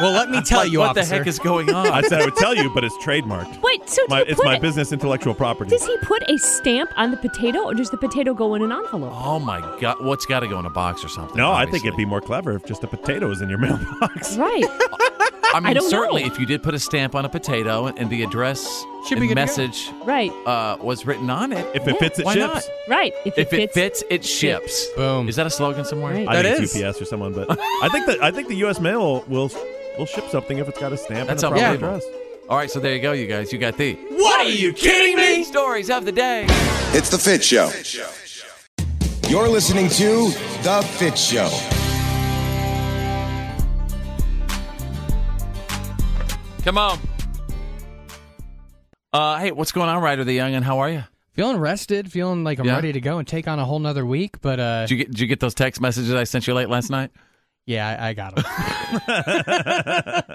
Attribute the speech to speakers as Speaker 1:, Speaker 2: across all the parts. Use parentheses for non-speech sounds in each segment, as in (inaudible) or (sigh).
Speaker 1: Well, let me tell
Speaker 2: Like,
Speaker 1: you,
Speaker 2: what
Speaker 1: officer.
Speaker 2: the heck is going on?"
Speaker 3: (laughs) I said I would tell you, but it's trademarked.
Speaker 4: Wait, so do
Speaker 3: (laughs) My,
Speaker 4: you
Speaker 3: it's
Speaker 4: put
Speaker 3: my
Speaker 4: a-
Speaker 3: business intellectual property.
Speaker 4: Does he put a stamp on the potato, or does the potato go in an envelope?
Speaker 2: oh my god! What's got to go in a box or something?
Speaker 3: No, I
Speaker 2: obviously.
Speaker 3: think it'd be more clever if just a potato was in your (laughs) mailbox.
Speaker 4: Right.
Speaker 2: I mean,
Speaker 4: don't
Speaker 2: certainly,
Speaker 4: know.
Speaker 2: if you did put a stamp on a potato and the address
Speaker 1: Should be good
Speaker 2: and
Speaker 1: to go.
Speaker 2: message
Speaker 4: right.
Speaker 2: uh, was written on it,
Speaker 3: If it fits, it
Speaker 2: Why
Speaker 3: ships.
Speaker 2: not?
Speaker 4: Right. If,
Speaker 2: If
Speaker 4: it
Speaker 2: it fits, it ships.
Speaker 1: Boom.
Speaker 2: Is that a slogan somewhere?
Speaker 4: Right.
Speaker 3: I
Speaker 1: That
Speaker 3: think
Speaker 1: is.
Speaker 3: it's UPS or
Speaker 2: (laughs)
Speaker 3: someone, but I think that I think the U.S. mail will will ship something if it's got a stamp
Speaker 2: That's
Speaker 3: and a proper
Speaker 2: unbelievable.
Speaker 3: address.
Speaker 2: All right, so there you go, you guys. You got the
Speaker 5: What are you kidding me?
Speaker 2: stories of the day.
Speaker 6: It's The Fit Show. You're listening to The Fit Show.
Speaker 2: Come on. Uh, hey, what's going on, Ryder the Young, and how are you?
Speaker 1: Feeling rested, feeling like I'm
Speaker 2: Yeah.
Speaker 1: ready to go and take on a whole nother week, but uh,
Speaker 2: Did you get did you get those text messages I sent you late last
Speaker 3: (laughs)
Speaker 2: night?
Speaker 1: yeah, I, I got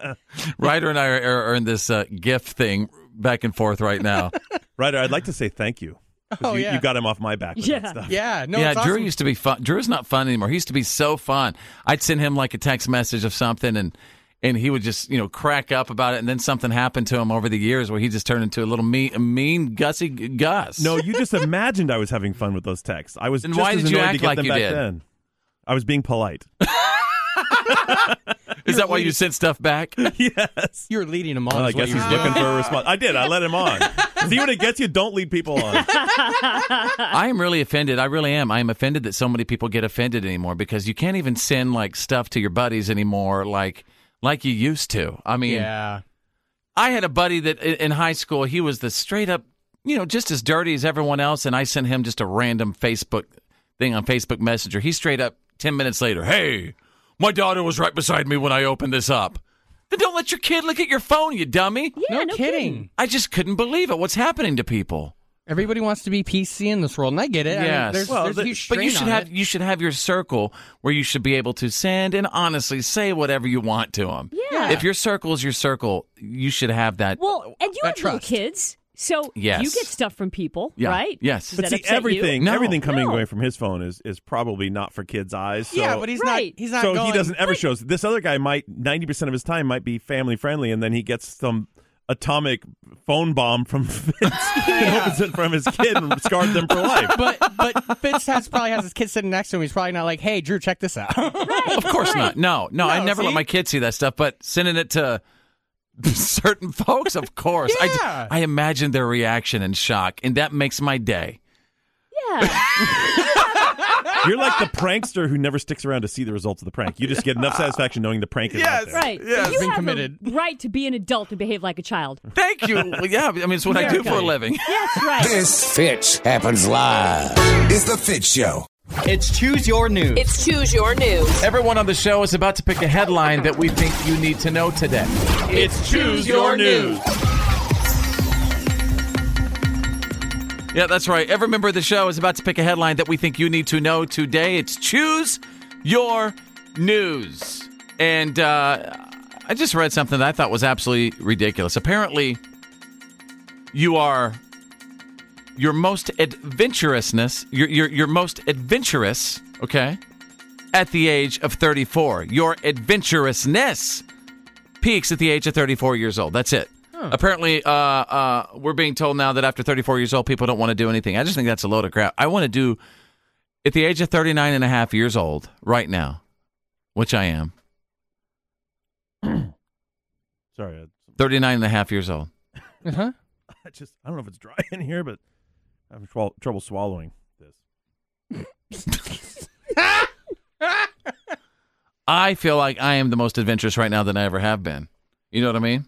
Speaker 1: 'em.
Speaker 2: Ryder and I are, are, are in this uh, gift thing back and forth right now.
Speaker 3: Ryder, I'd like to say thank you. 'cause
Speaker 1: Oh,
Speaker 3: you,
Speaker 1: yeah.
Speaker 3: you got him off my back. With
Speaker 4: Yeah.
Speaker 3: That stuff.
Speaker 1: yeah, no,
Speaker 2: yeah,
Speaker 1: it's
Speaker 2: Drew
Speaker 1: awesome.
Speaker 2: used to be fun. Drew's not fun anymore. He used to be so fun. I'd send him like a text message of something, and and he would just you know crack up about it. And then something happened to him over the years where he just turned into a little mean, a mean gussy g- Gus.
Speaker 3: No, you just imagined I was having fun with those texts. I was
Speaker 2: Then
Speaker 3: just
Speaker 2: why
Speaker 3: as
Speaker 2: did you
Speaker 3: annoyed
Speaker 2: act
Speaker 3: to get
Speaker 2: like
Speaker 3: them
Speaker 2: you
Speaker 3: back
Speaker 2: did?
Speaker 3: then. I was being polite.
Speaker 2: (laughs)
Speaker 3: (laughs)
Speaker 2: is that why you sent stuff
Speaker 1: (laughs)
Speaker 2: back?
Speaker 3: yes.
Speaker 1: You're leading them on.
Speaker 3: Well, I
Speaker 1: is what
Speaker 3: guess
Speaker 1: you're
Speaker 3: he's
Speaker 1: doing.
Speaker 3: looking for a response. I did. I let
Speaker 2: (laughs)
Speaker 3: him on. See what it gets you? Don't lead people on.
Speaker 2: I am really offended. I really am. I am offended that so many people get offended anymore because you can't even send like stuff to your buddies anymore, like like you used to. I mean,
Speaker 1: Yeah.
Speaker 2: I had a buddy that i- in high school, he was the straight up, you know, just as dirty as everyone else. And I sent him just a random Facebook thing on Facebook Messenger. He straight up, 10 minutes later, hey, my daughter was right beside me when I opened this up. Then don't let your kid look at your phone, you dummy.
Speaker 4: Yeah,
Speaker 1: no,
Speaker 4: no
Speaker 1: kidding.
Speaker 2: I just couldn't believe it. What's happening to people?
Speaker 1: Everybody wants to be PC in this world, and I get it. I mean,
Speaker 2: Yes.
Speaker 1: there's,
Speaker 3: Well,
Speaker 1: there's
Speaker 3: the-
Speaker 1: a huge
Speaker 2: But you
Speaker 1: strain
Speaker 2: should
Speaker 1: on
Speaker 2: have
Speaker 1: it.
Speaker 2: you should have your circle where you should be able to send and honestly say whatever you want to them.
Speaker 4: Yeah.
Speaker 2: If your circle is your circle, you should have that.
Speaker 4: Well, and you
Speaker 1: I
Speaker 4: have little
Speaker 1: trust.
Speaker 4: kids, so
Speaker 2: Yes.
Speaker 4: you get stuff from people,
Speaker 2: Yeah.
Speaker 4: right?
Speaker 2: Yes.
Speaker 4: Does
Speaker 2: But
Speaker 4: that
Speaker 3: See,
Speaker 4: upset you?
Speaker 3: everything,
Speaker 2: No.
Speaker 3: everything coming
Speaker 4: No.
Speaker 3: and going from his phone is is probably not for kids' eyes. So,
Speaker 1: yeah, but he's
Speaker 4: Right.
Speaker 1: not. He's not.
Speaker 3: so
Speaker 1: going,
Speaker 3: he doesn't ever shows. This other guy might ninety percent of his time might be family friendly, and then he gets some atomic phone bomb from (laughs) Fitz
Speaker 1: (laughs)
Speaker 3: and opens it from his kid and scarred them for life.
Speaker 1: But but Fitz has probably has his kid sitting next to him. He's probably not like, hey, Drew, check this out. (laughs)
Speaker 2: Of course not. No, no, I
Speaker 1: No,
Speaker 2: never let
Speaker 1: see?
Speaker 2: my kids see that stuff, but sending it to (laughs) certain folks, of course.
Speaker 1: Yeah.
Speaker 2: I, I imagine their reaction and shock, and that makes my day.
Speaker 4: Yeah.
Speaker 3: (laughs) You're like the prankster who never sticks around to see the results of the prank. You just get enough satisfaction knowing the prank is out there.
Speaker 4: Right.
Speaker 1: Yeah,
Speaker 4: you
Speaker 1: been
Speaker 4: have
Speaker 1: committed.
Speaker 4: a right to be an adult and behave like a child.
Speaker 2: Thank you. (laughs) Well, yeah, I mean, it's what I do for a living. (laughs)
Speaker 4: That's right.
Speaker 6: This Fit happens live. Is The Fit Show.
Speaker 7: It's Choose Your News.
Speaker 8: It's Choose Your News.
Speaker 2: Everyone on the show is about to pick a headline that we think you need to know today.
Speaker 3: It's choose your news.
Speaker 2: Yeah, that's right. Every member of the show is about to pick a headline that we think you need to know today. It's Choose Your News. And uh, I just read something that I thought was absolutely ridiculous. Apparently, you are your most adventurousness, your, your, your most adventurous, okay, at the age of 34. Your adventurousness peaks at the age of 34 years old. That's it. Apparently, uh, uh, we're being told now that after 34 years old, people don't want to do anything. I just think that's a load of crap. I want to do, at the age of 39 and a half years old, right now, which I am,
Speaker 3: Sorry, I-
Speaker 2: 39 and a half years old.
Speaker 1: Uh-huh.
Speaker 3: I just I don't know if it's dry (laughs) in here, but I'm having trouble swallowing this.
Speaker 2: I feel like I am the most adventurous right now than I ever have been. You know what I mean?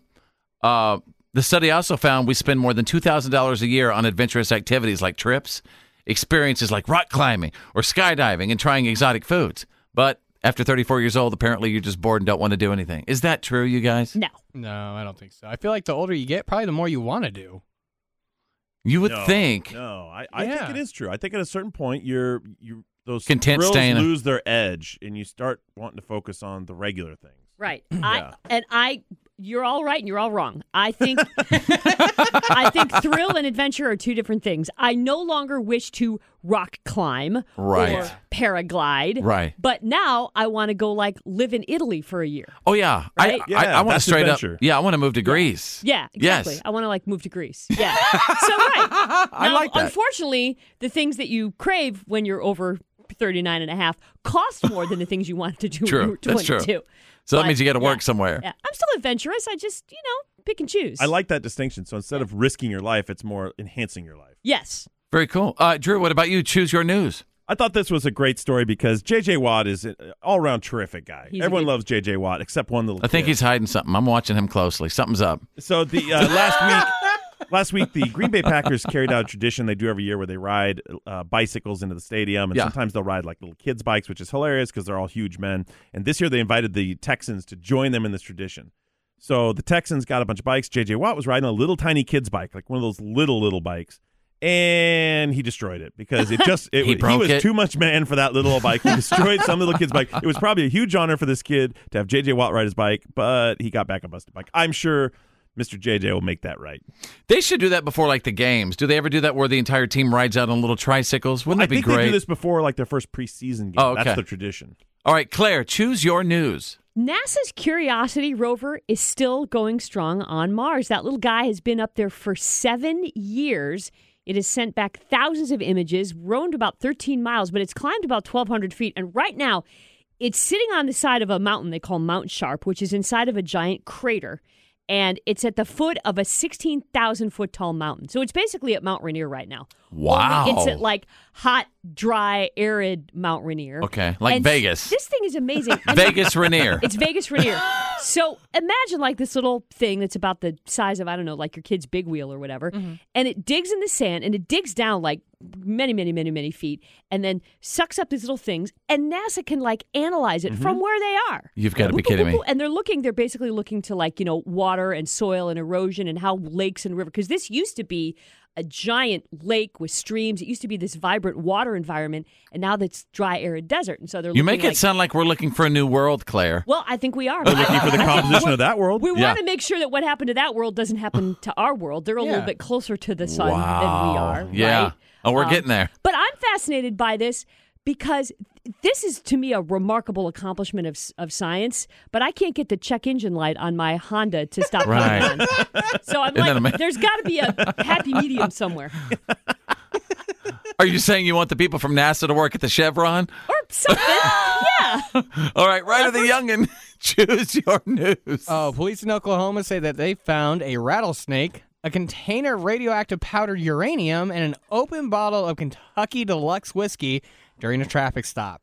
Speaker 2: Uh, the study also found we spend more than $2,000 a year on adventurous activities like trips, experiences like rock climbing or skydiving, and trying exotic foods. But after 34 years old, apparently you're just bored and don't want to do anything. Is that true, you guys?
Speaker 4: No.
Speaker 1: No, I don't think so. I feel like the older you get, probably the more you want to do.
Speaker 2: You would
Speaker 3: No,
Speaker 2: think.
Speaker 3: No, I, I
Speaker 1: Yeah.
Speaker 3: think it is true. I think at a certain point you're you those
Speaker 2: Content
Speaker 3: thrills
Speaker 2: staying-
Speaker 3: lose their edge and you start wanting to focus on the regular things.
Speaker 4: Right. I
Speaker 3: Yeah.
Speaker 4: and I you're all right and you're all wrong. I think (laughs) I think thrill and adventure are two different things. I no longer wish to rock climb
Speaker 2: Right.
Speaker 4: or paraglide.
Speaker 2: Right.
Speaker 4: But now I want to go like live in Italy for a year.
Speaker 2: Oh, yeah.
Speaker 4: Right?
Speaker 2: I, I,
Speaker 3: Yeah,
Speaker 2: I want to
Speaker 3: that's
Speaker 2: straight
Speaker 3: adventure.
Speaker 2: up. Yeah, I want to move to Greece.
Speaker 4: Yeah, exactly.
Speaker 2: Yes.
Speaker 4: I want to like move to Greece. Yeah. so right. Now,
Speaker 2: (laughs) I like that.
Speaker 4: unfortunately, the things that you crave when you're over 39 and a half cost more than the things you want to do
Speaker 2: True.
Speaker 4: when you were
Speaker 2: That's true.
Speaker 4: 22.
Speaker 2: So that
Speaker 4: But,
Speaker 2: means you got to
Speaker 4: yeah.
Speaker 2: work somewhere.
Speaker 4: Yeah. I'm still adventurous. I just, you know, pick and choose.
Speaker 3: I like that distinction. So instead of risking your life, it's more enhancing your life.
Speaker 4: Yes.
Speaker 2: Very cool. Uh, Drew, what about you? Choose your news.
Speaker 3: I thought this was a great story because JJ Watt is an all around terrific guy.
Speaker 4: He's a
Speaker 3: Everyone
Speaker 4: good-
Speaker 3: loves JJ Watt except one little
Speaker 2: I think
Speaker 3: kid.
Speaker 2: he's hiding something. I'm watching him closely. Something's up.
Speaker 3: So the uh, last week, last week the Green Bay Packers carried out a tradition they do every year where they ride uh, bicycles into the stadium, and
Speaker 2: Yeah.
Speaker 3: sometimes they'll ride like little kids' bikes, which is hilarious because they're all huge men. And this year they invited the Texans to join them in this tradition. So the Texans got a bunch of bikes. JJ Watt was riding a little tiny kid's bike, like one of those little little bikes. And he destroyed it because it just it,
Speaker 2: (laughs) He
Speaker 3: he
Speaker 2: broke
Speaker 3: was
Speaker 2: it.
Speaker 3: too much man for that little bike. He destroyed some little kid's bike. It was probably a huge honor for this kid to have JJ Watt ride his bike, but he got back on busted bike. I'm sure Mr. JJ will make that right.
Speaker 2: They should do that before like the games. Do they ever do that where the entire team rides out on little tricycles? Wouldn't
Speaker 3: I
Speaker 2: that be
Speaker 3: think
Speaker 2: great?
Speaker 3: they do this before like their first preseason game.
Speaker 2: Oh, okay.
Speaker 3: That's the tradition.
Speaker 2: All right, Claire, choose your news.
Speaker 4: NASA's Curiosity rover is still going strong on Mars. That little guy has been up there for seven years. It has sent back thousands of images, roamed about 13 miles, but it's climbed about 1,200 feet. And right now, it's sitting on the side of a mountain they call Mount Sharp, which is inside of a giant crater. And it's at the foot of a 16,000 foot tall mountain. So it's basically at Mount Rainier right now.
Speaker 2: Wow.
Speaker 4: Only it's at like hot, dry, arid Mount Rainier.
Speaker 2: Okay, like
Speaker 4: And
Speaker 2: Vegas.
Speaker 4: This thing is
Speaker 2: (laughs)
Speaker 4: amazing. And
Speaker 2: Vegas Rainier.
Speaker 4: it's Vegas
Speaker 2: (gasps)
Speaker 4: Rainier. So imagine like this little thing that's about the size of I don't know, like your kid's big wheel or whatever,
Speaker 2: Mm-hmm.
Speaker 4: and it digs in the sand and it digs down like many, many, many, many feet, and then sucks up these little things, and NASA can like analyze it from where they are.
Speaker 2: Mm-hmm. You've gotta be
Speaker 4: Boop, boop,
Speaker 2: kidding
Speaker 4: boop,
Speaker 2: me.
Speaker 4: boop. And they're looking. They're basically looking to like you know water and soil and erosion and how lakes and river because this used to be. A giant lake with streams. It used to be this vibrant water environment, and now that's dry, arid desert. And so they're
Speaker 2: you
Speaker 4: looking
Speaker 2: make it
Speaker 4: like-
Speaker 2: sound like we're looking for a new world, Claire.
Speaker 4: well, I think we are.
Speaker 3: They're
Speaker 4: (laughs)
Speaker 3: looking for the composition of that world.
Speaker 4: We
Speaker 2: Yeah.
Speaker 4: want to make sure that what happened to that world doesn't
Speaker 2: (sighs)
Speaker 4: happen to our world. They're a
Speaker 1: Yeah.
Speaker 4: little bit closer to the sun than we are.
Speaker 2: Yeah.
Speaker 4: right?
Speaker 2: Oh, we're
Speaker 4: Um,
Speaker 2: getting there.
Speaker 4: But I'm fascinated by this because this is to me a remarkable accomplishment of, s- of science. But I can't get the check engine light on my Honda to stop
Speaker 2: Right.
Speaker 4: running. So I'm
Speaker 2: (laughs) Isn't that
Speaker 4: like,
Speaker 2: amazing?
Speaker 4: there's got to be a happy medium
Speaker 2: (laughs)
Speaker 4: somewhere,
Speaker 2: Are you saying you want the people from NASA to work at the Chevron?
Speaker 4: or something. yeah.
Speaker 2: All right, Ryder the Youngin, (laughs) choose your news.
Speaker 1: Oh, police in Oklahoma say that they found a rattlesnake, a container of radioactive powdered uranium, and an open bottle of Kentucky Deluxe whiskey during a traffic stop.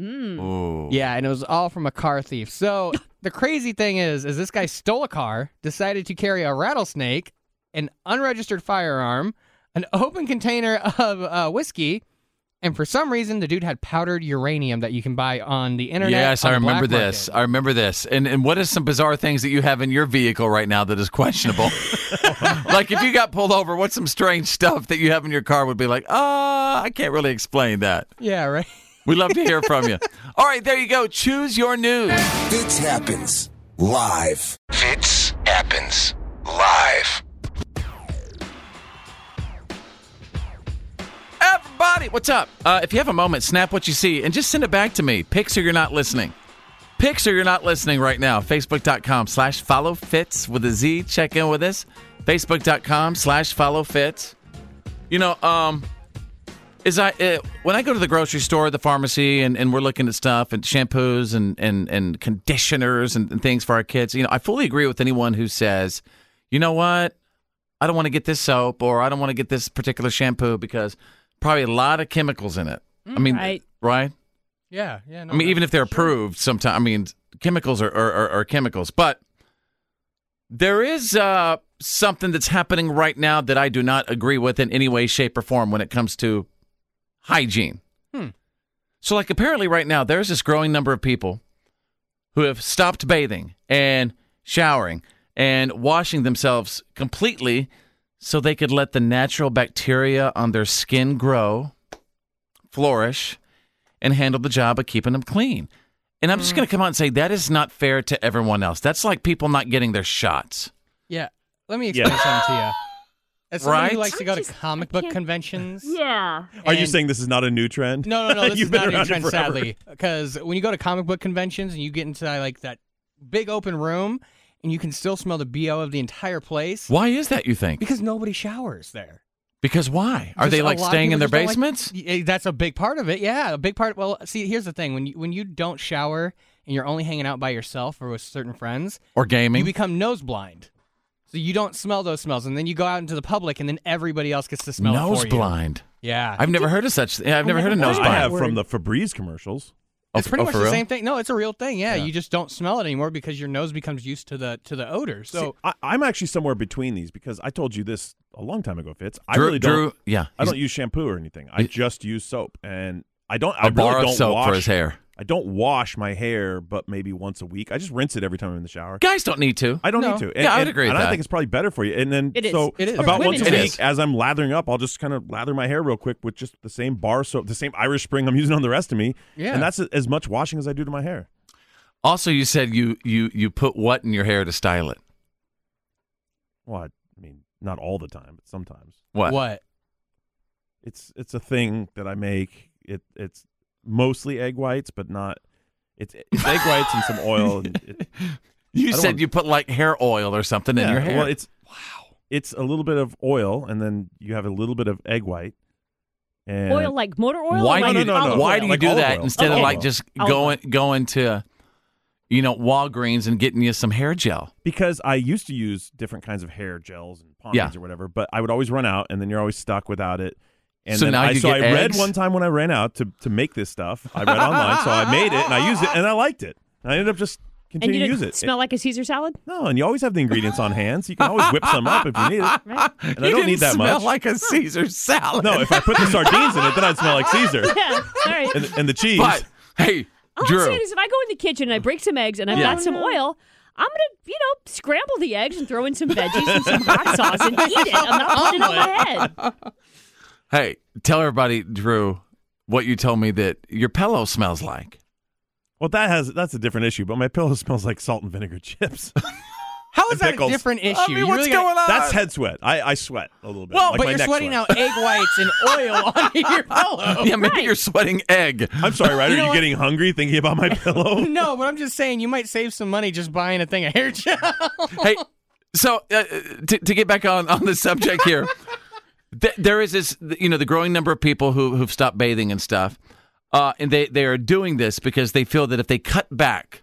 Speaker 2: Ooh.
Speaker 1: Yeah, and it was all from a car thief.
Speaker 2: (laughs)
Speaker 1: So the crazy thing is, is this guy stole a car, decided to carry a rattlesnake, an unregistered firearm, an open container of uh, whiskey, And for some reason, the dude had powdered uranium that you can buy on the internet.
Speaker 2: Yes, I
Speaker 1: on the black
Speaker 2: remember this. I remember this. And and what is some bizarre things that you have in your vehicle right now that is
Speaker 1: (laughs)
Speaker 2: questionable? like if you got pulled over, what's some strange stuff that you have in your car would be like, ah, I can't really explain that.
Speaker 1: market. Yeah, right. (laughs)
Speaker 2: We'd love to hear from you. All right, there you go. Choose your news.
Speaker 6: Fits happens live. Fits happens live.
Speaker 2: Everybody, what's up? Uh, if you have a moment, snap what you see and just send it back to me. Pixar, you're not listening. Pixar, you're not listening right now. Facebook.com slash follow fits with a Z. Check in with us. Facebook.com slash follow fits. You know, um, is I uh, when I go to the grocery store, the pharmacy, and, and we're looking at stuff and shampoos and and and conditioners and, and things for our kids. You know, I fully agree with anyone who says, you know what, I don't want to get this soap or I don't want to get this particular shampoo because probably a lot of chemicals in it. I mean,
Speaker 4: right.
Speaker 2: right?
Speaker 1: Yeah, yeah. No,
Speaker 2: I mean,
Speaker 1: no.
Speaker 2: even if they're approved, sometimes I mean, chemicals are are, are, are chemicals, but there is uh, something that's happening right now that I do not agree with in any way, shape, or form when it comes to hygiene.
Speaker 1: Hmm.
Speaker 2: So, like, apparently, right now there's this growing number of people who have stopped bathing and showering and washing themselves completely so they could let the natural bacteria on their skin grow, flourish, and handle the job of keeping them clean. And I'm just going to come out and say that is not fair to everyone else. That's like people not getting their shots.
Speaker 1: yeah. Let me
Speaker 3: Yeah.
Speaker 1: explain something to you. As someone who
Speaker 2: Right?
Speaker 1: likes to go to
Speaker 4: just-
Speaker 1: comic
Speaker 4: I
Speaker 1: book
Speaker 4: can't-
Speaker 1: conventions,
Speaker 4: Yeah.
Speaker 3: Are you
Speaker 1: and-
Speaker 3: saying this is not a new trend?
Speaker 1: No, no,
Speaker 2: (laughs)
Speaker 3: (laughs)
Speaker 1: no. This
Speaker 3: You've
Speaker 1: is
Speaker 3: been
Speaker 1: not a
Speaker 3: around it
Speaker 1: trend,
Speaker 3: forever.
Speaker 1: sadly, because when you go to comic book conventions and you get into like that big open room, and you can still smell the bo of the entire place
Speaker 2: Why is that, you think?
Speaker 1: because nobody showers there.
Speaker 2: Because why? Are
Speaker 1: Just
Speaker 2: they
Speaker 1: a
Speaker 2: like
Speaker 1: lot of
Speaker 2: staying in
Speaker 1: people
Speaker 2: their
Speaker 1: just don't like-
Speaker 2: basements?
Speaker 1: Y- eh, that's a big part of it. Yeah, a big part. Well, see, here's the thing: when you when you don't shower and you're only hanging out by yourself or with certain friends,
Speaker 2: or gaming?
Speaker 1: you become nose blind. So you don't smell those smells, and then you go out into the public, and then everybody else gets to smell it
Speaker 2: nose
Speaker 1: for you.
Speaker 2: blind.
Speaker 1: Yeah,
Speaker 2: I've never heard of such. yeah, I've never heard of nose
Speaker 4: never
Speaker 3: I
Speaker 4: heard
Speaker 2: blind.
Speaker 3: have
Speaker 4: Word.
Speaker 3: from the Febreze commercials.
Speaker 2: Oh,
Speaker 1: It's
Speaker 2: f-
Speaker 1: pretty
Speaker 2: oh,
Speaker 1: much
Speaker 2: for
Speaker 1: the
Speaker 2: real?
Speaker 1: same thing. No, it's a real thing. Yeah, you just don't smell it anymore because your nose becomes used to the to the odor. So
Speaker 3: So I, I'm actually somewhere between these because I told you this a long time ago, Fitz. I
Speaker 2: Drew,
Speaker 3: really don't.
Speaker 2: Drew, yeah,
Speaker 3: I
Speaker 2: he's-
Speaker 3: don't use shampoo or anything. I
Speaker 2: He-
Speaker 3: just use soap, and I don't.
Speaker 2: a
Speaker 3: I
Speaker 2: bar
Speaker 3: really
Speaker 2: of
Speaker 3: don't
Speaker 2: soap
Speaker 3: wash
Speaker 2: for his hair.
Speaker 3: I don't wash my hair, but maybe once a week. I just rinse it every time I'm in the shower.
Speaker 2: Guys don't need to.
Speaker 3: I don't
Speaker 1: No.
Speaker 3: need to.
Speaker 2: Yeah, I would agree with
Speaker 3: And
Speaker 2: that.
Speaker 3: I think it's probably better for you. And then
Speaker 4: It is.
Speaker 3: so
Speaker 1: It is.
Speaker 3: about
Speaker 4: For
Speaker 3: once a
Speaker 4: women, it
Speaker 3: week,
Speaker 2: is.
Speaker 3: as I'm lathering up, I'll just kind of lather my hair real quick with just the same bar soap, the same Irish Spring I'm (laughs) using on the rest of me.
Speaker 1: Yeah.
Speaker 3: and that's as much washing as I do to my hair.
Speaker 2: Also, you said you you you put what in your hair to style it?
Speaker 3: Well, I mean, not all the time, but sometimes.
Speaker 2: What?
Speaker 1: what?
Speaker 3: It's it's a thing that I make. It it's mostly egg whites, but not. It's, it's egg whites and some oil.
Speaker 2: (laughs)
Speaker 3: And it,
Speaker 2: You
Speaker 3: I don't
Speaker 2: said
Speaker 3: want-
Speaker 2: you put like hair oil or something in
Speaker 3: yeah,
Speaker 2: your hair.
Speaker 3: Well, it's wow. It's a little bit of oil, and then you have a little bit of egg white. And
Speaker 4: Oil like motor oil? or
Speaker 2: why
Speaker 4: like
Speaker 2: do you
Speaker 3: no, no,
Speaker 4: olive
Speaker 3: no.
Speaker 2: why
Speaker 4: oil?
Speaker 2: do you
Speaker 3: Like
Speaker 2: do
Speaker 3: olive
Speaker 2: that
Speaker 3: oil.
Speaker 2: instead of
Speaker 3: Okay.
Speaker 2: like just
Speaker 4: Olive oil.
Speaker 2: going going to you know Walgreens and getting you some hair gel?
Speaker 3: because I used to use different kinds of hair gels and pomades
Speaker 2: Yeah.
Speaker 3: or whatever, but I would always run out, and then you're always stuck without it. And
Speaker 2: So
Speaker 3: then
Speaker 2: now
Speaker 3: I,
Speaker 2: you
Speaker 3: so
Speaker 2: get
Speaker 3: I read
Speaker 2: eggs?
Speaker 3: one time when I ran out to, to make this stuff. I read online, so I made it and I used it, and I liked it. And I ended up just
Speaker 4: And
Speaker 3: continuing
Speaker 4: you
Speaker 3: to use
Speaker 4: didn't
Speaker 3: it.
Speaker 4: smell like a Caesar salad? (laughs)
Speaker 3: no, and you always have the ingredients on hand, so you can always whip some up if you
Speaker 1: (laughs)
Speaker 3: need it.
Speaker 4: Right?
Speaker 3: And
Speaker 2: You
Speaker 3: I don't
Speaker 2: didn't
Speaker 3: need that
Speaker 2: smell
Speaker 3: much.
Speaker 2: Like a Caesar salad.
Speaker 3: no, if I put the sardines in it, then I'd smell like Caesar
Speaker 1: (laughs)
Speaker 4: yeah. All right.
Speaker 3: and, and the cheese.
Speaker 2: but hey,
Speaker 4: All I'm
Speaker 2: Drew,
Speaker 4: saying is if I go in the kitchen and I break some eggs and I've
Speaker 2: Yeah.
Speaker 4: got some oil, I'm gonna, you know, scramble the eggs and throw in some veggies and some hot sauce and eat it. I'm not putting it on my head.
Speaker 2: hey, tell everybody, Drew, what you told me that your pillow smells like.
Speaker 3: well, that has that's a different issue. But my pillow smells like salt and vinegar
Speaker 1: (laughs)
Speaker 3: chips.
Speaker 1: How is
Speaker 3: And
Speaker 1: that
Speaker 3: pickles.
Speaker 1: a different issue?
Speaker 2: I mean, what's going on?
Speaker 3: that's head sweat. I, I sweat a little bit.
Speaker 1: Well,
Speaker 3: like
Speaker 1: but
Speaker 3: my
Speaker 1: you're
Speaker 3: neck
Speaker 1: sweating
Speaker 3: sweats.
Speaker 1: out egg whites (laughs) and oil on your
Speaker 4: Oh,
Speaker 1: pillow.
Speaker 2: (laughs) yeah, maybe you're sweating egg.
Speaker 3: I'm sorry, Ryder.
Speaker 1: You know
Speaker 3: are you
Speaker 1: what?
Speaker 3: getting hungry thinking about
Speaker 1: (laughs)
Speaker 3: my pillow?
Speaker 1: No, but I'm just saying you might save some money just buying a thing of hair gel.
Speaker 2: hey, so uh, to, to get back on, on the subject here, (laughs) th- there is this, you know, the growing number of people who, who've stopped bathing and stuff. Uh, and they, they are doing this because they feel that if they cut back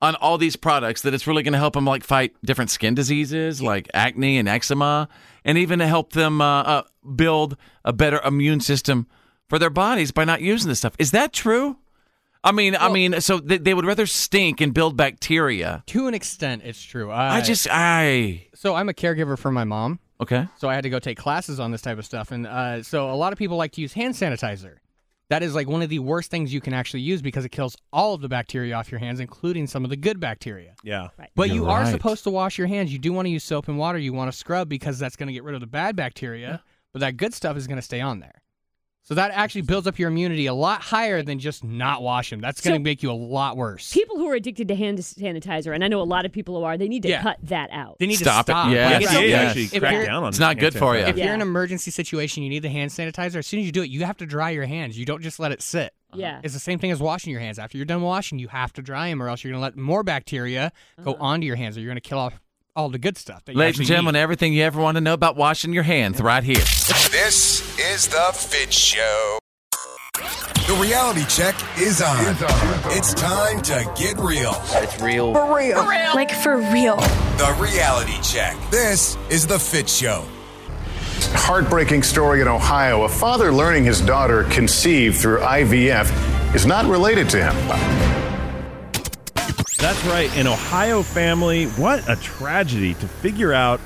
Speaker 2: on all these products, that it's really going to help them like fight different skin diseases like acne and eczema, and even to help them uh, uh, build a better immune system for their bodies by not using this stuff. Is that true? I mean, I mean, so they, they would rather stink and build bacteria.
Speaker 1: to an extent, it's true.
Speaker 2: I just, I
Speaker 1: so I'm a caregiver for my mom.
Speaker 2: okay.
Speaker 1: So I had to go take classes on this type of stuff. And uh, so a lot of people like to use hand sanitizer. That is like one of the worst things you can actually use because it kills all of the bacteria off your hands, including some of the good bacteria.
Speaker 3: Yeah.
Speaker 1: But you are supposed to wash your hands. You do want to use soap and water. You want to scrub because that's going to get rid of the bad bacteria, but that good stuff is going to stay on there. So that actually builds up your immunity a lot higher than just not washing. That's going to
Speaker 4: So-
Speaker 1: make you a lot worse.
Speaker 4: People who are addicted to hand sanitizer, and I know a lot of people who are, they need to
Speaker 1: Yeah.
Speaker 4: cut that out.
Speaker 1: They need
Speaker 2: Stop it.
Speaker 1: to stop.
Speaker 2: Yes,
Speaker 1: Like, it's
Speaker 2: yes.
Speaker 1: okay.
Speaker 2: Yes. Actually
Speaker 1: If
Speaker 3: crack
Speaker 1: you're-
Speaker 3: down on
Speaker 2: It's not
Speaker 3: hand
Speaker 2: good for
Speaker 3: sanitizer.
Speaker 2: you.
Speaker 1: If you're in
Speaker 4: Yeah.
Speaker 1: an emergency situation, you need the hand sanitizer. As soon as you do it, you have to dry your hands. You don't just let it sit.
Speaker 4: Yeah.
Speaker 1: It's the same thing as washing your hands. After you're done washing, you have to dry them, or else you're going to let more bacteria go
Speaker 4: Uh-huh.
Speaker 1: onto your hands, or you're going to kill off all the good stuff. That you
Speaker 2: Ladies and
Speaker 1: actually
Speaker 2: gentlemen,
Speaker 1: eat.
Speaker 2: everything you ever want to know about washing your hands right here.
Speaker 6: This is The Fit Show. The reality check is on. It's time to get real.
Speaker 8: Like for real.
Speaker 6: The reality check. This is The Fit Show.
Speaker 9: Heartbreaking story in Ohio. A father learning his daughter conceived through IVF is not related to him.
Speaker 3: That's right. An Ohio family, what a tragedy to figure out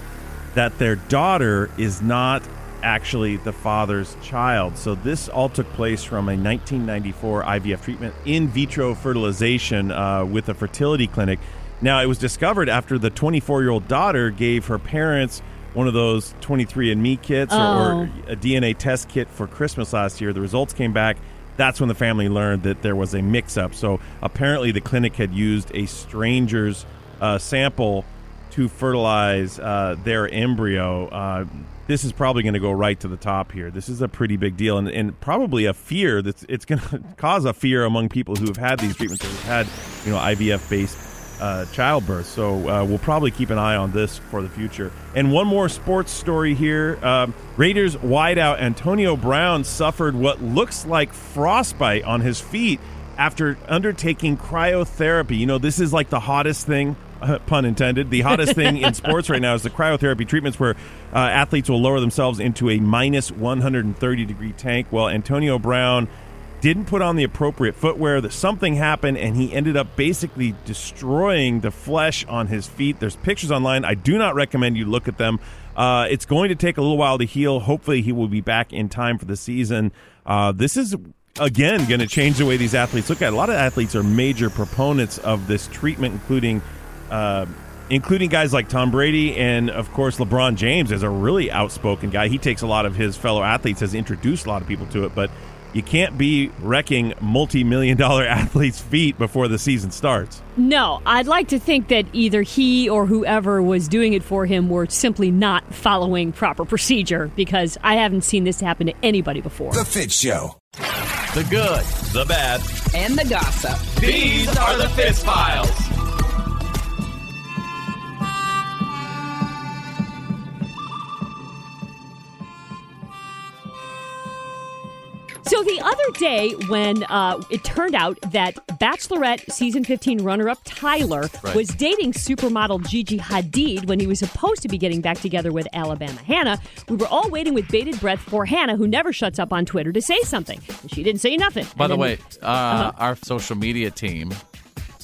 Speaker 3: that their daughter is not actually the father's child. So, this all took place from a 1994 IVF treatment, in vitro fertilization uh, with a fertility clinic. Now, it was discovered after the 24 year old daughter gave her parents one of those 23andMe kits or- or
Speaker 4: Oh.
Speaker 3: a DNA test kit for Christmas last year. The results came back. That's when the family learned that there was a mix up. So apparently, the clinic had used a stranger's uh, sample to fertilize uh, their embryo. Uh, this is probably going to go right to the top here. This is a pretty big deal, and, and probably a fear that's it's going to (laughs) cause a fear among people who have had these treatments, who have had you know IVF based uh, childbirth. So uh, we'll probably keep an eye on this for the future. And one more sports story here: um, Raiders wideout Antonio Brown suffered what looks like frostbite on his feet after undertaking cryotherapy. You know, this is like the hottest thing. (laughs) Uh, pun intended. The hottest thing in sports right now is the cryotherapy treatments, where uh, athletes will lower themselves into a minus 130 degree tank. Well, Antonio Brown didn't put on the appropriate footwear that something happened and he ended up basically destroying the flesh on his feet there's pictures online i do not recommend you look at them uh, it's going to take a little while to heal hopefully he will be back in time for the season uh, this is again going to change the way these athletes look at it. a lot of athletes are major proponents of this treatment including uh, including guys like Tom Brady and, of course, LeBron James is a really outspoken guy. He takes a lot of his fellow athletes, has introduced a lot of people to it, but you can't be wrecking multi million dollar (laughs) athletes' feet before the season starts.
Speaker 4: No, I'd like to think that either he or whoever was doing it for him were simply not following proper procedure because I haven't seen this happen to anybody before.
Speaker 6: The Fit Show.
Speaker 2: The good.
Speaker 10: The bad.
Speaker 8: And the gossip.
Speaker 10: These are the Fitz Files.
Speaker 4: So the other day, when uh, it turned out that Bachelorette season 15 runner up Tyler
Speaker 2: Right.
Speaker 4: was dating supermodel Gigi Hadid when he was supposed to be getting back together with Alabama Hannah, we were all waiting with bated breath for Hannah, who never shuts up on Twitter, to say something. And she didn't say nothing.
Speaker 2: By
Speaker 4: And
Speaker 2: the
Speaker 4: then-
Speaker 2: way, uh, our social media team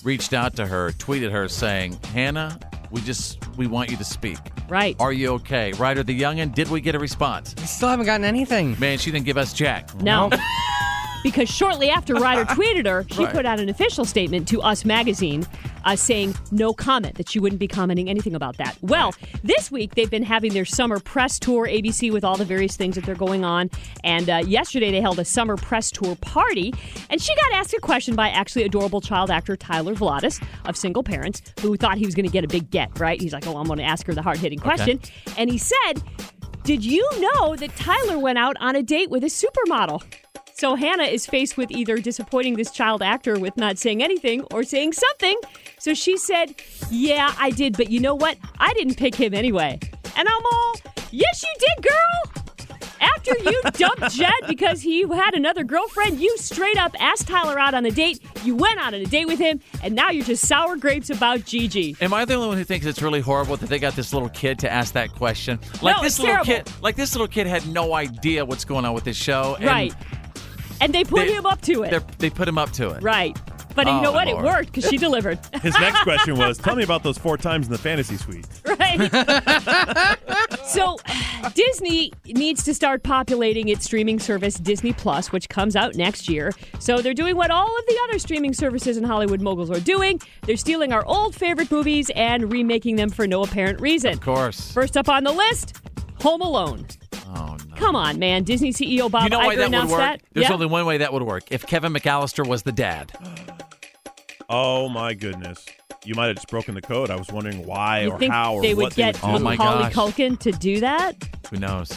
Speaker 2: reached out to her, tweeted her saying, "Hannah, we just we want you to speak.
Speaker 4: Right.
Speaker 2: Are you okay? Ryder the youngin, did we get a response?
Speaker 1: I still haven't gotten anything.
Speaker 2: Man, she didn't give us jack.
Speaker 4: No. (laughs) because shortly after Ryder tweeted her, she
Speaker 2: Right.
Speaker 4: put out an official statement to Us Magazine uh, saying no comment, that she wouldn't be commenting anything about that. Well, this week they've been having their summer press tour, ABC, with all the various things that they're going on. And uh, yesterday they held a summer press tour party. And she got asked a question by actually adorable child actor Tyler Vladis of Single Parents, who thought he was going to get a big get, right? He's like, oh, I'm going to ask her the hard hitting question. And he said, Did you know that Tyler went out on a date with a supermodel? So Hannah is faced with either disappointing this child actor with not saying anything or saying something. So she said, Yeah, I did, but you know what? I didn't pick him anyway. And I'm all, Yes, you did, girl! After
Speaker 2: (laughs)
Speaker 4: you dumped Jed because he had another girlfriend, you straight up asked Tyler out on a date. You went out on a date with him, and now you're just sour grapes about Gigi.
Speaker 2: Am I the only one who thinks it's really horrible that they got this little kid to ask that question? Like
Speaker 4: No,
Speaker 2: this
Speaker 4: it's
Speaker 2: little
Speaker 4: terrible.
Speaker 2: kid, like this little kid had no idea what's going on with this show. and
Speaker 4: right. And they put
Speaker 2: they-
Speaker 4: him up to it.
Speaker 2: they're- They put him up to it.
Speaker 4: Right. But
Speaker 2: Oh,
Speaker 4: you know what?
Speaker 2: Lord.
Speaker 4: It worked because she delivered. (laughs)
Speaker 2: (laughs) (laughs)
Speaker 3: His next question was Tell me about those four times in the fantasy suite.
Speaker 4: right? So, Disney needs to start populating its streaming service, Disney Plus, which comes out next year. So, they're doing what all of the other streaming services and Hollywood moguls are doing they're stealing our old favorite movies and remaking them for no apparent reason. Of
Speaker 2: course.
Speaker 4: First up on the list Home Alone.
Speaker 2: Oh,
Speaker 4: Come on, man. Disney CEO Bob
Speaker 2: you know why
Speaker 4: Iger
Speaker 2: that would
Speaker 4: announced
Speaker 2: work?
Speaker 4: that.
Speaker 2: There's
Speaker 4: Yeah.
Speaker 2: only one way that would work if Kevin McAllister was the dad.
Speaker 3: Oh my goodness! You might have just broken the code. I was wondering why
Speaker 4: you
Speaker 3: or
Speaker 4: think
Speaker 3: how or
Speaker 4: they
Speaker 3: what
Speaker 4: would get
Speaker 3: they
Speaker 2: Oh,
Speaker 3: would do.
Speaker 4: Macaulay Culkin to do that?
Speaker 2: Who knows?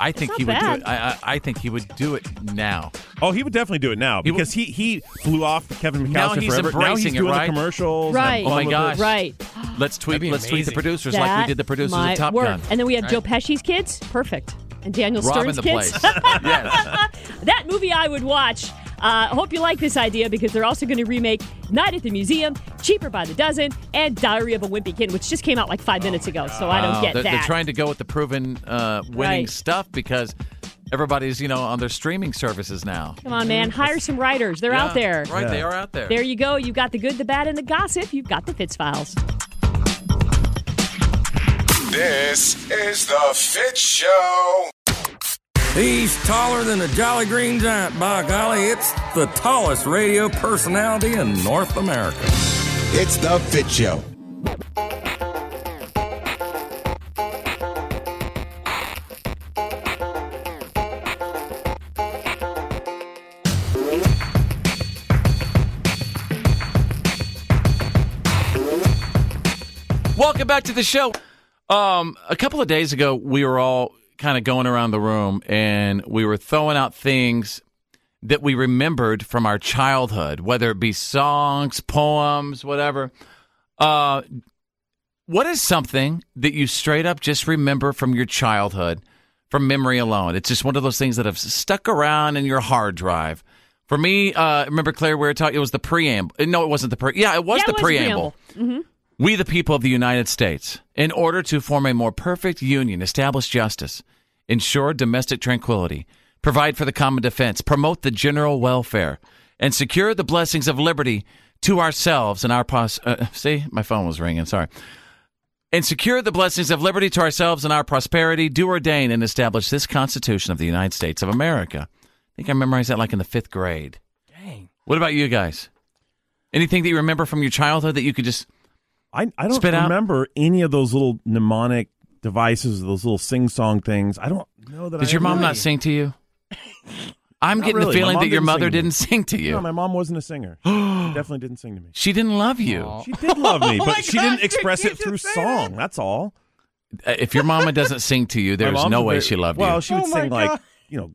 Speaker 2: I think
Speaker 4: not
Speaker 2: he would
Speaker 4: bad.
Speaker 2: do it. I, I, I think he would do it
Speaker 4: (gasps)
Speaker 2: now.
Speaker 3: Oh, he would definitely do it now because he he blew off Kevin McAllister
Speaker 2: Now he's
Speaker 3: forever. now
Speaker 2: embracing
Speaker 3: he's
Speaker 2: it,
Speaker 3: doing
Speaker 2: right?
Speaker 3: the commercials.
Speaker 2: Oh,
Speaker 3: and
Speaker 4: Right.
Speaker 3: having fun with it.
Speaker 4: Right.
Speaker 2: Let's tweet.
Speaker 3: be
Speaker 2: Let's tweet the
Speaker 3: amazing.
Speaker 2: producers like we
Speaker 4: That
Speaker 2: did the producers
Speaker 4: might
Speaker 2: of Top
Speaker 4: work.
Speaker 2: Gun.
Speaker 4: And then we have
Speaker 2: Right?
Speaker 4: Joe Pesci's kids. Perfect. And Daniel
Speaker 2: Robbing
Speaker 4: Stern's
Speaker 2: the
Speaker 4: kids. (laughs)
Speaker 2: place. yes.
Speaker 4: that movie I would watch. Uh, hope you like this idea because they're also going to remake Night at the Museum, Cheaper by the Dozen, and Diary of a Wimpy Kid, which just came out like five minutes ago. So I
Speaker 2: Wow.
Speaker 4: don't get
Speaker 2: Oh Um, they're,
Speaker 4: that.
Speaker 2: They're trying to go with the proven uh, winning
Speaker 4: Right.
Speaker 2: stuff because everybody's you know on their streaming services now.
Speaker 4: Come on, man. Hire some writers. They're out
Speaker 2: Mm-hmm. Yeah,
Speaker 4: there.
Speaker 2: Right, they are out there.
Speaker 4: There you go. You've got the good, the bad, and the gossip. You've got the Fitz Files.
Speaker 6: This is the Fit Show.
Speaker 5: He's taller than a Jolly Green Giant. By golly, it's the tallest radio personality in North America.
Speaker 6: It's the Fit Show.
Speaker 2: Welcome back to the show. Um, a couple of days ago, we were all kind of going around the room and we were throwing out things that we remembered from our childhood, whether it be songs, poems, whatever. Uh, what is something that you straight up just remember from your childhood, from memory alone? It's just one of those things that have stuck around in your hard drive. For me, uh, remember Claire, we were talking. It was the preamble. Uh, No, it wasn't the pre. Yeah, it was
Speaker 4: Yeah,
Speaker 2: the
Speaker 4: it was
Speaker 2: preamble.
Speaker 4: preamble. Mhm.
Speaker 2: We, the people of the United States, in order to form a more perfect union, establish justice, ensure domestic tranquility, provide for the common defense, promote the general welfare, and secure the blessings of liberty to ourselves and our pos. Uh, (laughs) see, my phone was ringing. Sorry. And secure the blessings of liberty to ourselves and our prosperity, do ordain and establish this Constitution of the United States of America. I think I memorized that like in the fifth grade. Dang. What about you guys? Anything that you remember from your childhood that you could just
Speaker 3: I, I don't
Speaker 2: Spit out.
Speaker 3: remember any of those little mnemonic devices, those little sing song things. I don't know that.
Speaker 2: Did
Speaker 3: I
Speaker 2: your mom
Speaker 3: really-
Speaker 2: not sing to
Speaker 3: (laughs)
Speaker 2: you? I'm
Speaker 3: Not
Speaker 2: getting the
Speaker 3: really. My
Speaker 2: feeling
Speaker 3: mom
Speaker 2: that your
Speaker 3: didn't
Speaker 2: mother
Speaker 3: sing to me.
Speaker 2: didn't sing to you.
Speaker 3: No, my mom wasn't
Speaker 2: (gasps)
Speaker 3: a singer. she definitely didn't sing to me.
Speaker 2: she didn't love you.
Speaker 3: She did love me,
Speaker 2: (laughs) Oh
Speaker 3: but
Speaker 2: my
Speaker 3: she
Speaker 2: gosh,
Speaker 3: didn't express
Speaker 2: you
Speaker 3: it through song. That's all.
Speaker 2: Uh, If your mama doesn't sing to you,
Speaker 3: My
Speaker 2: there's
Speaker 3: mom's
Speaker 2: no
Speaker 3: a
Speaker 2: way
Speaker 3: very-
Speaker 2: she loved you.
Speaker 3: Well, she would sing like you know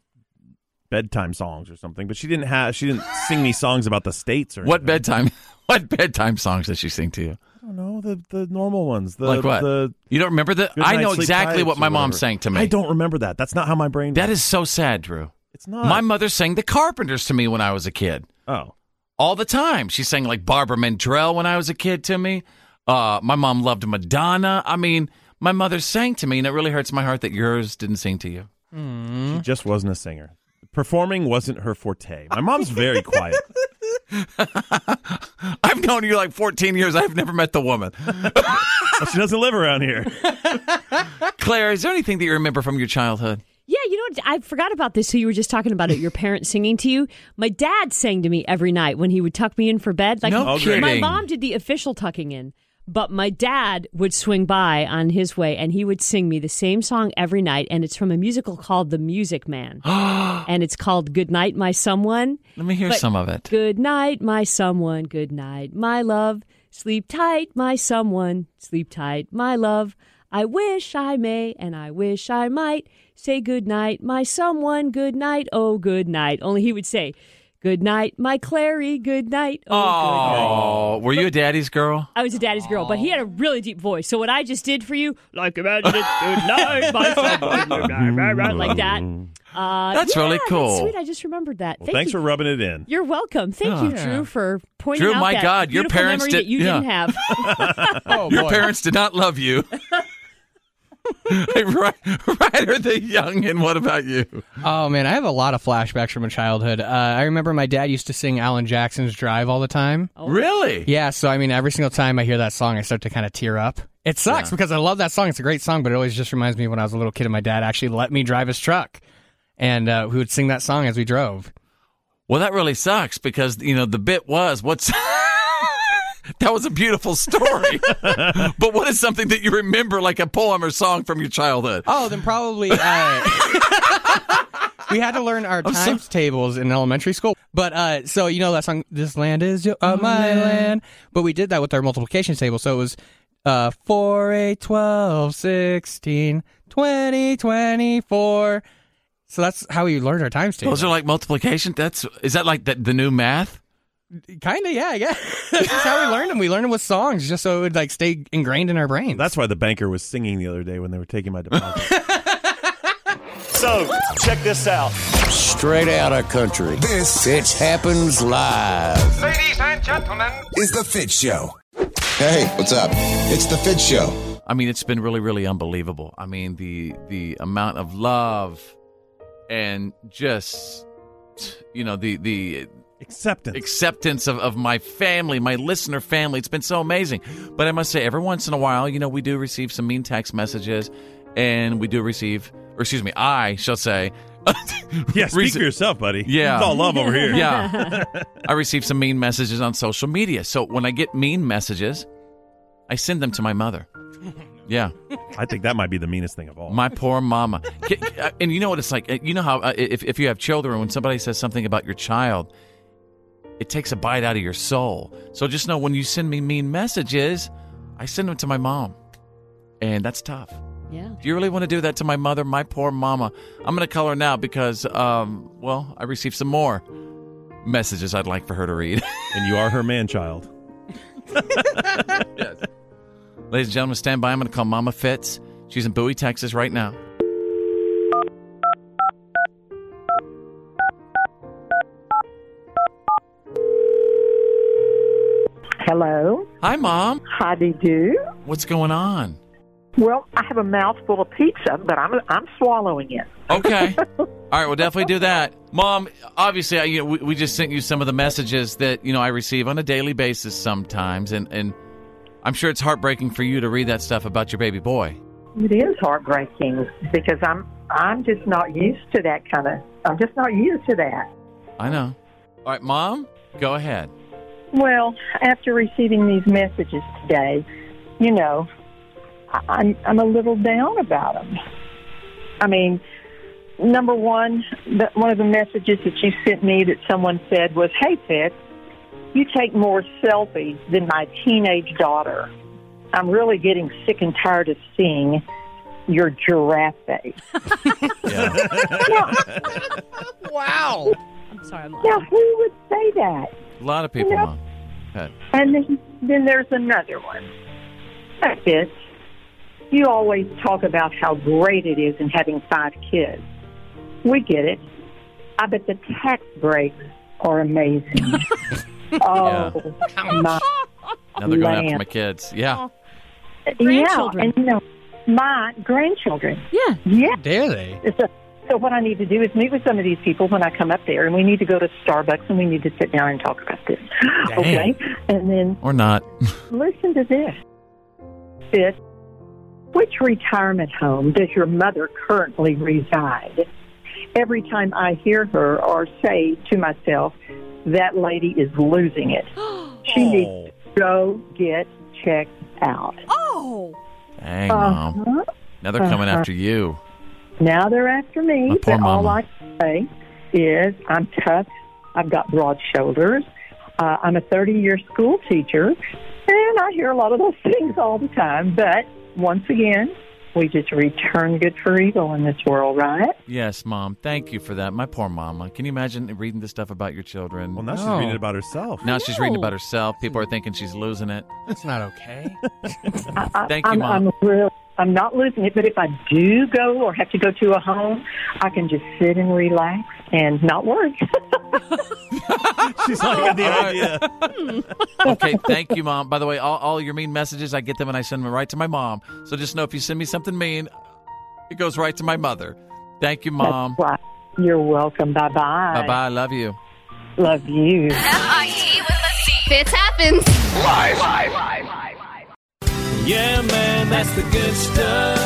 Speaker 3: bedtime songs or something, but she didn't have she didn't sing me songs about the states or
Speaker 2: what bedtime? (laughs) What bedtime songs does she sing to you?
Speaker 3: I don't know the the normal ones. The,
Speaker 2: like what?
Speaker 3: The
Speaker 2: you don't remember that?
Speaker 3: Good
Speaker 2: I
Speaker 3: Night
Speaker 2: know
Speaker 3: Sleep
Speaker 2: exactly
Speaker 3: Tights
Speaker 2: what my
Speaker 3: or
Speaker 2: mom
Speaker 3: whatever.
Speaker 2: sang to me.
Speaker 3: I don't remember that. That's not how my brain.
Speaker 2: That is so sad, Drew.
Speaker 3: It's not.
Speaker 2: My mother sang the Carpenters to me when I was a kid.
Speaker 3: Oh.
Speaker 2: All the time. She sang like Barbara Mandrell when I was a kid to me. Uh, my mom loved Madonna. I mean, my mother sang to me, and it really hurts my heart that yours didn't sing to you.
Speaker 3: She
Speaker 2: Hmm?
Speaker 3: just wasn't a singer. Performing wasn't her forte. My mom's
Speaker 2: (laughs)
Speaker 3: very quiet.
Speaker 2: I've known you like 14 years. I've never met
Speaker 4: (laughs)
Speaker 2: the woman.
Speaker 3: she doesn't live around here.
Speaker 2: Claire, is there anything that you remember from your childhood?
Speaker 4: Yeah, you know, what? I forgot about this. So you were just talking about it, your parents singing to you. My dad sang to me every night when he would tuck me in for bed.
Speaker 2: No
Speaker 4: my
Speaker 2: kidding.
Speaker 4: mom did the official tucking in, but my dad would swing by on his way and he would sing me the same song every night. And it's from a musical called The Music
Speaker 2: (gasps)
Speaker 4: Man. and it's called Good Night, My Someone.
Speaker 2: Let me hear
Speaker 4: But-
Speaker 2: some of it.
Speaker 4: Good night, my someone. Good night, my love. Sleep tight, my someone. Sleep tight, my love. I wish I may and I wish I might say good night, my someone. Good night, oh good night. Only he would say, good night, my Clary. Good night, oh good night.
Speaker 2: Oh, were you a daddy's girl?
Speaker 4: I was a daddy's girl, but he had a really deep voice. So what I just did for you, like imagine
Speaker 3: (laughs)
Speaker 4: it, good night, my someone. Good night, like that. Uh,
Speaker 3: That's
Speaker 4: yeah,
Speaker 3: really cool.
Speaker 4: sweet, I just remembered that.
Speaker 3: Well,
Speaker 4: Thank
Speaker 3: thanks
Speaker 4: you.
Speaker 3: for rubbing it in.
Speaker 4: You're welcome. Thank you,
Speaker 3: Yeah.
Speaker 4: Drew, for pointing
Speaker 2: Drew,
Speaker 4: out
Speaker 2: my
Speaker 4: that
Speaker 2: God, your
Speaker 4: beautiful
Speaker 2: parents
Speaker 4: memory
Speaker 2: did-
Speaker 4: that you
Speaker 2: yeah.
Speaker 4: didn't
Speaker 2: (laughs)
Speaker 4: have.
Speaker 2: (laughs) your
Speaker 4: boy.
Speaker 2: parents did not
Speaker 4: (laughs)
Speaker 2: love you. (laughs) right, Ryder the young, and what about you?
Speaker 1: Oh man, I have a lot of flashbacks from my childhood. Uh, I remember my dad used to sing Alan Jackson's Drive all the time.
Speaker 4: Oh.
Speaker 2: Really?
Speaker 1: Yeah. So I mean, every single time I hear that song, I start to kind of tear up. It sucks because I love that song. It's a great song, but it always just reminds me when I was a little kid and my dad actually let me drive his truck, and uh, we would sing that song as we drove.
Speaker 2: Well, that really sucks because you know the bit was what's (laughs) that was a beautiful story, (laughs) but what is something that you remember like a poem or song from your childhood?
Speaker 1: Oh, then probably uh, (laughs) we had to learn our times tables in elementary school. But uh, so you know that song, "This Land Is yo- uh, My
Speaker 2: Mm-hmm.
Speaker 1: Land," but we did that with our multiplication table. So it was uh, 4, 8, 12, 16, 20, 24. So that's how we learned our times table.
Speaker 2: Those are like multiplication. That's is that like the, the new math?
Speaker 1: Kind of, yeah, (laughs) yeah. That's just how we learned them. We learned them with songs, just so it would like stay ingrained in our brains.
Speaker 3: That's why the banker was singing the other day when they were taking my deposit.
Speaker 2: (laughs)
Speaker 11: So, check this out.
Speaker 12: Straight out of country. This Fitch happens live.
Speaker 11: Ladies and gentlemen.
Speaker 13: Is the Fit Show. Hey, what's up? It's the Fit Show.
Speaker 2: I mean, it's been really, really unbelievable. I mean, the the amount of love and just you know the the
Speaker 3: acceptance
Speaker 2: acceptance of, of my family, my listener family. It's been so amazing. But I must say, every once in a while, you know, we do receive some mean text messages, and we do receive, or excuse me, I shall say.
Speaker 3: yeah, speak for yourself, buddy.
Speaker 2: Yeah,
Speaker 3: It's all love over here.
Speaker 2: Yeah, I receive some mean messages on social media. So when I get mean messages, I send them to my mother. Yeah.
Speaker 3: I think that might be the meanest thing of all.
Speaker 2: My poor mama. K- uh, and you know what it's like? Uh, You know how uh, if, if you have children, when somebody says something about your child, it takes a bite out of your soul. So just know when you send me mean messages, I send them to my mom. And that's tough.
Speaker 4: Yeah.
Speaker 2: Do you really want to do that to my mother? My poor mama. I'm going to call her now because, um, well, I received some more messages I'd like for her to read. (laughs)
Speaker 3: and you are her man child.
Speaker 2: yes. Ladies and gentlemen, stand by. I'm going to call Mama Fitz. She's in Bowie, Texas right now.
Speaker 14: Hello.
Speaker 2: Hi, Mom.
Speaker 14: Howdy do.
Speaker 2: What's going on?
Speaker 14: Well, I have a mouthful of pizza, but I'm I'm swallowing it. (laughs)
Speaker 2: Okay. All right, we'll definitely do that. Mom, obviously, I, you know, we, we just sent you some of the messages that, you know, I receive on a daily basis sometimes. And, and I'm sure it's heartbreaking for you to read that stuff about your baby boy.
Speaker 14: It is heartbreaking because I'm I'm just not used to that kind of. I'm just not used to that.
Speaker 2: I know. All right, Mom, go ahead.
Speaker 14: Well, after receiving these messages today, you know, I- I'm I'm a little down about them. I mean, number one, the, one of the messages that you sent me that someone said was, "Hey, Fitz, you take more selfies than my teenage daughter. I'm really getting sick and tired of seeing your giraffe face."
Speaker 1: wow.
Speaker 4: I'm sorry. I'm
Speaker 14: Now, who would say that?
Speaker 2: A lot of people,
Speaker 14: Yeah.
Speaker 2: Mom. Go ahead.
Speaker 14: And then, then there's another one. That's it. You always talk about how great it is in having five kids. We get it. I bet the tax breaks are amazing. oh, my.
Speaker 2: Now they're going after
Speaker 14: land.
Speaker 2: my kids. Yeah.
Speaker 14: Yeah, and you know, my grandchildren.
Speaker 4: Yeah.
Speaker 14: Yeah.
Speaker 1: Dare they?
Speaker 14: So, so what I need to do is meet with some of these people when I come up there, and we need to go to Starbucks and we need to sit down and talk about this. Okay? And then
Speaker 2: Or not.
Speaker 14: Listen to this. Fitz, which retirement home does your mother currently reside? Every time I hear her or say to myself, that lady is losing it. She
Speaker 2: Oh.
Speaker 14: needs to go get checked out.
Speaker 4: Oh.
Speaker 2: Dang, Mom.
Speaker 14: Uh-huh.
Speaker 2: Now they're coming
Speaker 14: Uh-huh.
Speaker 2: after you.
Speaker 14: Now they're after me.
Speaker 2: My poor
Speaker 14: but all
Speaker 2: mama.
Speaker 14: I can say is I'm tough. I've got broad shoulders. Uh, I'm a 30 year school teacher. And I hear a lot of those (laughs) things all the time. But once again, we just return good for evil in this world, right?
Speaker 2: Yes, Mom. Thank you for that. My poor mama. Can you imagine reading this stuff about your children? Well,
Speaker 3: now she's No. reading it about herself.
Speaker 2: Now she's reading
Speaker 3: No.
Speaker 2: about herself. People are thinking she's losing
Speaker 14: (laughs)
Speaker 2: it.
Speaker 1: That's not okay.
Speaker 14: I,
Speaker 2: Thank you,
Speaker 14: I'm,
Speaker 2: Mom.
Speaker 14: I'm real. I'm not losing it, but if I do go or have to go to a home, I can just sit and relax and not work.
Speaker 3: She's like the idea.
Speaker 2: okay, thank you, Mom. By the way, all, all your mean messages, I get them and I send them right to my mom. So just know if you send me something mean, it goes right to my mother. Thank you, Mom.
Speaker 14: That's why. (laughs) You're welcome. Bye bye.
Speaker 2: Bye bye. I love you.
Speaker 14: Love you.
Speaker 15: Fits happens.
Speaker 11: Live. Live.
Speaker 5: Yeah, man.
Speaker 16: That's the good stuff.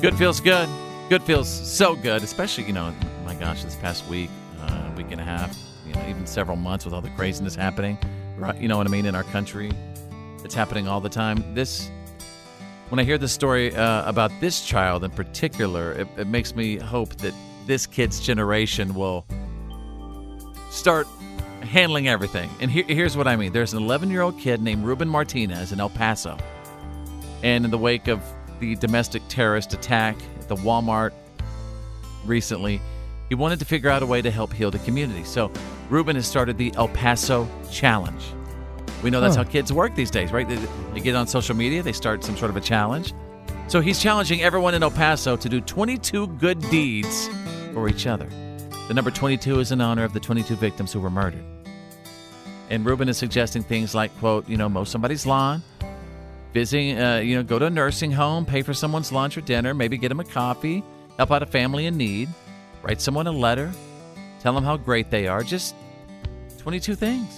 Speaker 2: Good feels good. Good feels so good, especially you know, my gosh, this past week, uh, week and a half, you know, even several months with all the craziness happening, right? You know what I mean in our country, it's happening all the time. This, when I hear this story uh, about this child in particular, it, it makes me hope that this kid's generation will start handling everything. And here, here's what I mean: there's an 11 year old kid named Ruben Martinez in El Paso, and in the wake of the domestic terrorist attack at the Walmart recently, he wanted to figure out a way to help heal the community. So Ruben has started the El Paso Challenge. We know that's
Speaker 17: Huh.
Speaker 2: how kids work these days, right? They, they get on social media, they start some sort of a challenge. So he's challenging everyone in El Paso to do 22 good deeds for each other. The number 22 is in honor of the 22 victims who were murdered. And Ruben is suggesting things like, quote, you know, mow somebody's lawn, visiting, uh, you know, go to a nursing home, pay for someone's lunch or dinner, maybe get them a coffee, help out a family in need, write someone a letter, tell them how great they are. Just 22 things.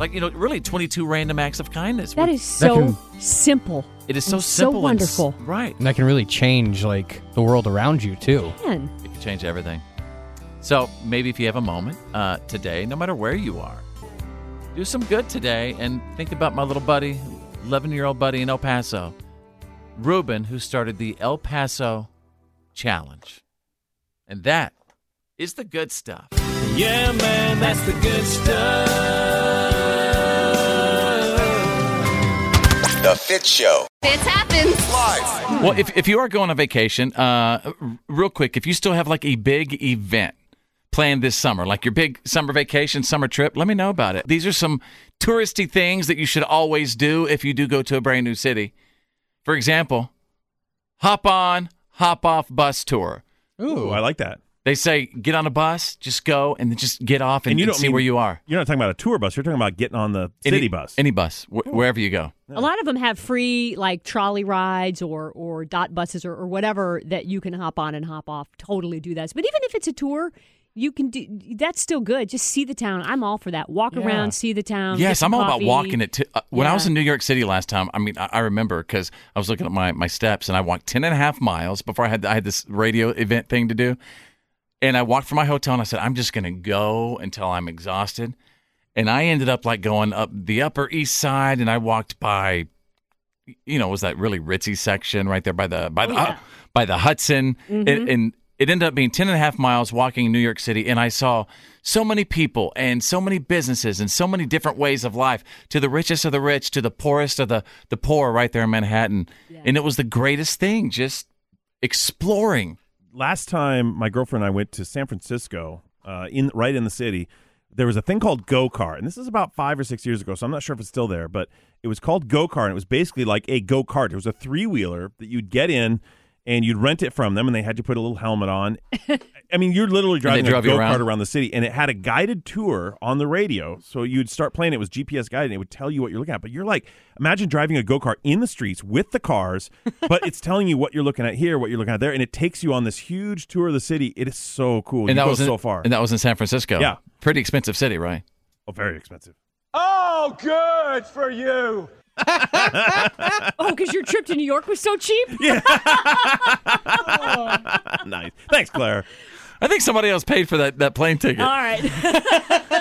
Speaker 2: Like, you know, really 22 random acts of kindness.
Speaker 4: That is so simple.
Speaker 2: It is so
Speaker 4: and
Speaker 2: simple
Speaker 4: So
Speaker 2: and
Speaker 4: wonderful.
Speaker 2: s- right.
Speaker 1: And that can really change like the world around you too.
Speaker 4: Man.
Speaker 2: It can change everything. So maybe if you have a moment uh, today, no matter where you are, do some good today and think about my little buddy, 11 year old buddy in El Paso, Ruben, who started the El Paso Challenge. And that is the good stuff.
Speaker 16: Yeah, man, that's the good stuff.
Speaker 6: The Fit Show.
Speaker 8: Fits happens. Live.
Speaker 2: Well, if, if you are going on vacation, uh, r- real quick, if you still have like a big event planned this summer, like your big summer vacation, summer trip, let me know about it. These are some touristy things that you should always do if you do go to a brand new city. For example, hop on, hop off bus tour.
Speaker 3: Ooh, I like that.
Speaker 2: They say get on a bus, just go, and then just get off and, and
Speaker 3: don't
Speaker 2: see
Speaker 3: mean-
Speaker 2: where you are.
Speaker 3: You're not talking about a tour bus. You're talking about getting on the
Speaker 2: Any-
Speaker 3: city bus. Oh.
Speaker 2: Any bus, wh- wherever you go.
Speaker 4: A lot of them have free like trolley rides or or dot buses or, or whatever that you can hop on and hop off. Totally do that. But even if it's a tour, you can do that's still good. Just see the town. I'm all for that. Walk
Speaker 2: Yeah.
Speaker 4: around, see the town.
Speaker 2: Yes, I'm all about walking it. Too. Uh, when I was
Speaker 4: Yeah.
Speaker 2: in New York City last time, I mean, I, I remember because I was looking at my, my steps and I walked 10 and a half miles before I had, I had this radio event thing to do. And I walked from my hotel and I said, I'm just going to go until I'm exhausted. And I ended up like going up the Upper East Side and I walked by, you know, was that really ritzy section right there by the, by the, uh, by the Hudson. And,
Speaker 17: Mhm.
Speaker 2: and it ended up being 10 and a half miles walking New York City. And I saw so many people and so many businesses and so many different ways of life to the richest of the rich, to the poorest of the, the poor right there in Manhattan. And it was the greatest thing, just exploring.
Speaker 3: last time my girlfriend and I went to San Francisco, uh, in right in the city, there was a thing called Go Kart, and this is about five or six years ago, so I'm not sure if it's still there, but it was called Go Kart, and it was basically like a go kart. It was a three wheeler that you'd get in, and you'd rent it from them, and they had you put a little helmet on. I mean, you're literally
Speaker 2: And they
Speaker 3: driving a go
Speaker 2: drove you around?
Speaker 3: kart around the city, and it had a guided tour on the radio. So you'd start playing; it was GPS guided, and it would tell you what you're looking at. But you're like, imagine driving a go kart in the streets with
Speaker 2: (laughs)
Speaker 3: the cars, but it's telling you what you're looking at here, what you're looking at there, and it takes you on this huge tour of the city. It is so cool. you
Speaker 2: and that
Speaker 3: go
Speaker 2: was in,
Speaker 3: so far.
Speaker 2: And that was in San Francisco.
Speaker 3: Yeah.
Speaker 2: Pretty expensive city, right?
Speaker 3: oh, very expensive. (laughs)
Speaker 16: Oh, good for you.
Speaker 4: Oh, because your trip to New York was so
Speaker 2: (laughs)
Speaker 4: cheap?
Speaker 3: Yeah. nice.
Speaker 2: (laughs)
Speaker 3: Thanks, Claire.
Speaker 2: I think somebody else paid for that, that plane ticket.
Speaker 4: All right.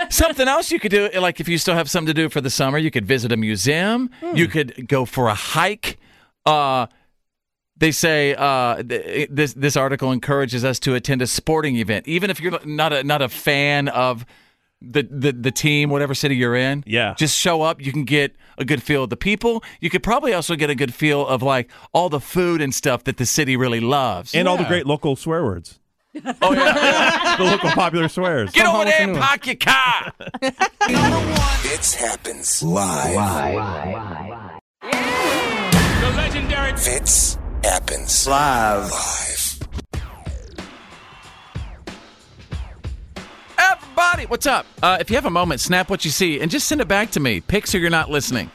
Speaker 2: something else you could do, like if you still have something to do for the summer, you could visit a museum. You could go for a hike. Uh, they say uh, th- this this article encourages us to attend a sporting event, even if you're not a not a fan of the the, the team, whatever city you're in.
Speaker 3: Yeah,
Speaker 2: just show up. You can get a good feel of the people. You could probably also get a good feel of like all the food and stuff that the city really loves,
Speaker 3: And all the great local swear words.
Speaker 2: (laughs) Oh yeah,
Speaker 3: (laughs) the local popular swears.
Speaker 2: Get over there and park your car.
Speaker 6: It happens live.
Speaker 16: The legendary
Speaker 6: Fits happens live. Live.
Speaker 2: Everybody, what's up? Uh, if you have a moment, snap what you see and just send it back to me. Pics or you're not listening.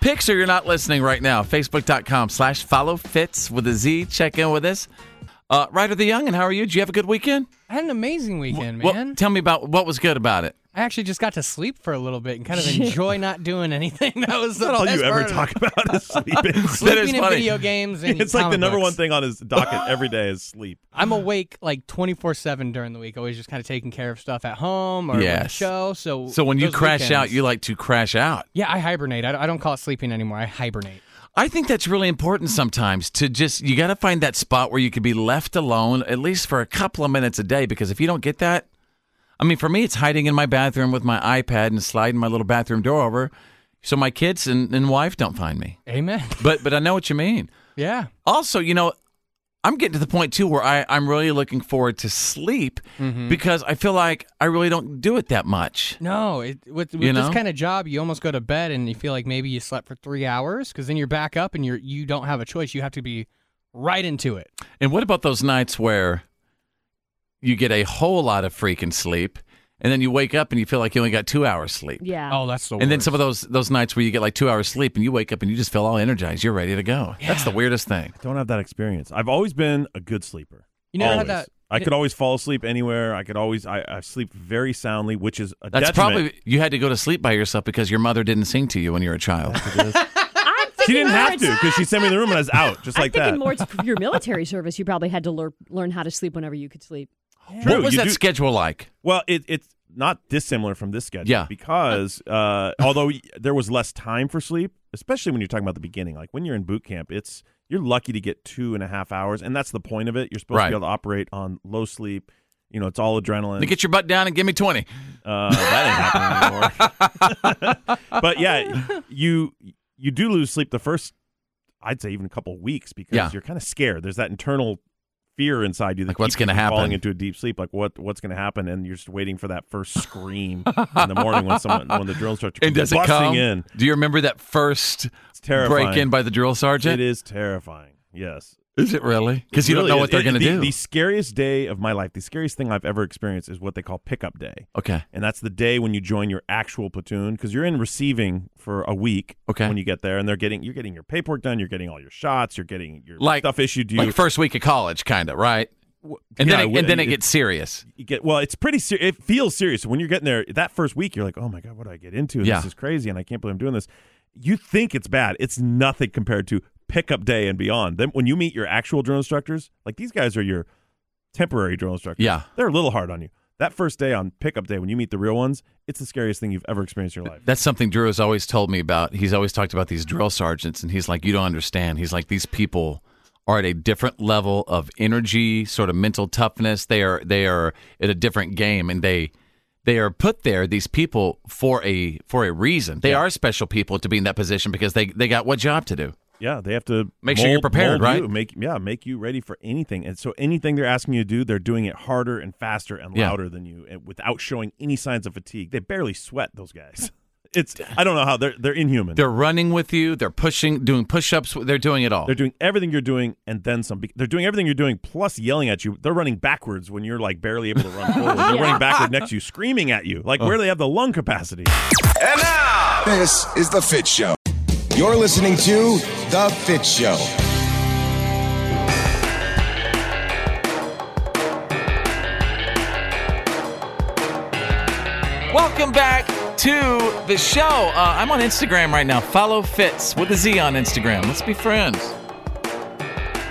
Speaker 2: Pics or you're not listening right now. Facebook.com slash follow fits with a Z. Check in with us. Uh, Ryder the Young, and how are you? Did you have a good weekend?
Speaker 1: I had an amazing weekend,
Speaker 2: Well,
Speaker 1: man.
Speaker 2: tell me about what was good about it.
Speaker 1: I actually just got to sleep for a little bit and kind of enjoy not doing anything. (laughs) That was the
Speaker 3: That's all
Speaker 1: best
Speaker 3: you
Speaker 1: part
Speaker 3: ever
Speaker 1: of it.
Speaker 3: talk
Speaker 2: (laughs)
Speaker 3: about is sleeping. (laughs)
Speaker 1: Sleeping and video games and
Speaker 3: it's like the
Speaker 1: comic
Speaker 3: number
Speaker 1: books.
Speaker 3: one thing on his
Speaker 2: (laughs)
Speaker 3: docket every day is sleep.
Speaker 1: I'm awake like 24 seven during the week, always just kind of taking care of stuff at home or on the
Speaker 2: Yes.
Speaker 1: show. So
Speaker 2: So when you
Speaker 1: those
Speaker 2: crash
Speaker 1: weekends-
Speaker 2: out, you like to crash out.
Speaker 1: yeah, I hibernate. I, I don't call it sleeping anymore. I hibernate.
Speaker 2: I think that's really important sometimes to just, you got to find that spot where you could be left alone at least for a couple of minutes a day because if you don't get that, I mean, for me, it's hiding in my bathroom with my iPad and sliding my little bathroom door over so my kids and, and wife don't find me.
Speaker 1: Amen.
Speaker 2: But, but I know what you mean.
Speaker 1: (laughs) Yeah.
Speaker 2: Also, you know, I'm getting to the point too where I, I'm really looking forward to sleep
Speaker 1: Mhm.
Speaker 2: because I feel like I really don't do it that much.
Speaker 1: No, it, with, with
Speaker 2: You
Speaker 1: this
Speaker 2: know?
Speaker 1: kind of job, you almost go to bed and you feel like maybe you slept for three hours because then you're back up and you're you don't have a choice. You have to be right into it.
Speaker 2: And what about those nights where you get a whole lot of freaking sleep and then you wake up and you feel like you only got two hours sleep?
Speaker 4: Yeah. (laughs)
Speaker 1: Oh, that's the
Speaker 2: and then some of those those nights where you get like two hours sleep and you wake up and you just feel all energized, you're ready to go. That's the weirdest thing.
Speaker 3: I don't have that experience. I've always been a good sleeper.
Speaker 1: You never had
Speaker 3: Always.
Speaker 1: that-
Speaker 3: I could always fall asleep anywhere. I could always. I, I sleep very soundly, which is a
Speaker 2: That's
Speaker 3: detriment.
Speaker 2: probably you had to go to sleep by yourself because your mother didn't sing to you when you were a child.
Speaker 3: she didn't have to because she sent me in the room and I was out, just
Speaker 4: I'm
Speaker 3: like
Speaker 4: thinking
Speaker 3: that.
Speaker 4: more it's
Speaker 3: (laughs)
Speaker 4: your military service. You probably had to lear- learn how to sleep whenever you could sleep.
Speaker 3: (laughs) True,
Speaker 2: what was
Speaker 3: you
Speaker 2: that
Speaker 3: do-
Speaker 2: schedule like?
Speaker 3: Well, it, it's not dissimilar from this schedule.
Speaker 2: Yeah.
Speaker 3: Because uh, although y- there was less time for sleep, especially when you're talking about the beginning, like when you're in boot camp, it's you're lucky to get two and a half hours, and that's the point of it. You're supposed
Speaker 2: Right.
Speaker 3: to be able to operate on low sleep. You know, it's all adrenaline.
Speaker 2: Now get your butt down and give me twenty.
Speaker 3: Uh, that ain't happening
Speaker 2: (laughs)
Speaker 3: anymore. but yeah, you you do lose sleep the first, I'd say even a couple weeks because
Speaker 2: Yeah.
Speaker 3: you're kind of scared. There's that internal fear inside you that
Speaker 2: Like, what's
Speaker 3: keeps you
Speaker 2: gonna
Speaker 3: from Falling
Speaker 2: happen?
Speaker 3: into a deep sleep, like what what's going to happen, and you're just waiting for that first
Speaker 2: (laughs)
Speaker 3: scream in the morning when someone when the drill instructor
Speaker 2: And
Speaker 3: comes
Speaker 2: does it
Speaker 3: busting
Speaker 2: come?
Speaker 3: in.
Speaker 2: Do you remember that first
Speaker 3: terrifying.
Speaker 2: break in by the drill sergeant?
Speaker 3: It is terrifying. Yes.
Speaker 2: Is it really? Because you
Speaker 3: Really
Speaker 2: don't know
Speaker 3: is.
Speaker 2: what they're
Speaker 3: It-
Speaker 2: going to
Speaker 3: the-
Speaker 2: do.
Speaker 3: The scariest day of my life, the scariest thing I've ever experienced is what they call pickup day.
Speaker 2: Okay.
Speaker 3: And that's the day when you join your actual platoon because you're in receiving for a week.
Speaker 2: Okay.
Speaker 3: When you get there, and they're getting you're getting your paperwork done, you're getting all your shots, you're getting your
Speaker 2: like
Speaker 3: stuff issued to you.
Speaker 2: like first week of college, kind of right. And
Speaker 3: yeah,
Speaker 2: then it,
Speaker 3: w-
Speaker 2: and then it
Speaker 3: it-
Speaker 2: gets serious.
Speaker 3: you get well, it's pretty serious. It feels serious when you're getting there. That first week, you're like, oh my god, what do I get into?
Speaker 2: Yeah.
Speaker 3: This is crazy, and I can't believe I'm doing this. You think it's bad. It's nothing compared to pickup day and beyond. Then when you meet your actual drill instructors, like these guys are your temporary drill instructors.
Speaker 2: Yeah.
Speaker 3: they're a little hard on you. That first day on pickup day, when you meet the real ones, it's the scariest thing you've ever experienced in your life.
Speaker 2: That's something Drew has always told me about. He's always talked about these drill sergeants, and he's like, you don't understand. He's like, these people are at a different level of energy, sort of mental toughness. They are they are at a different game, and they they are put there. These people for a for a reason. They are special people to be in that position because they they got what job to do.
Speaker 3: Yeah, they have to
Speaker 2: Make sure you're prepared,
Speaker 3: mold you,
Speaker 2: right?
Speaker 3: make yeah, make you ready for anything. And so anything they're asking you to do, they're doing it harder and faster and
Speaker 2: Yeah.
Speaker 3: louder than you, and without showing any signs of fatigue. They barely sweat. Those guys. (laughs) It's I don't know how they're they're inhuman.
Speaker 2: They're running with you. They're pushing, doing push ups. They're doing it all.
Speaker 3: They're doing everything you're doing and then some. They're doing everything you're doing plus yelling at you. They're running backwards when you're like barely able to run forward. They're running backward next to you, screaming at you. Like where do they have the lung capacity?
Speaker 6: And now, this is The Fit Show. You're listening to The Fit Show.
Speaker 2: Welcome back to the show. Uh, I'm on Instagram right now. Follow Fitz with a Z on Instagram. Let's be friends.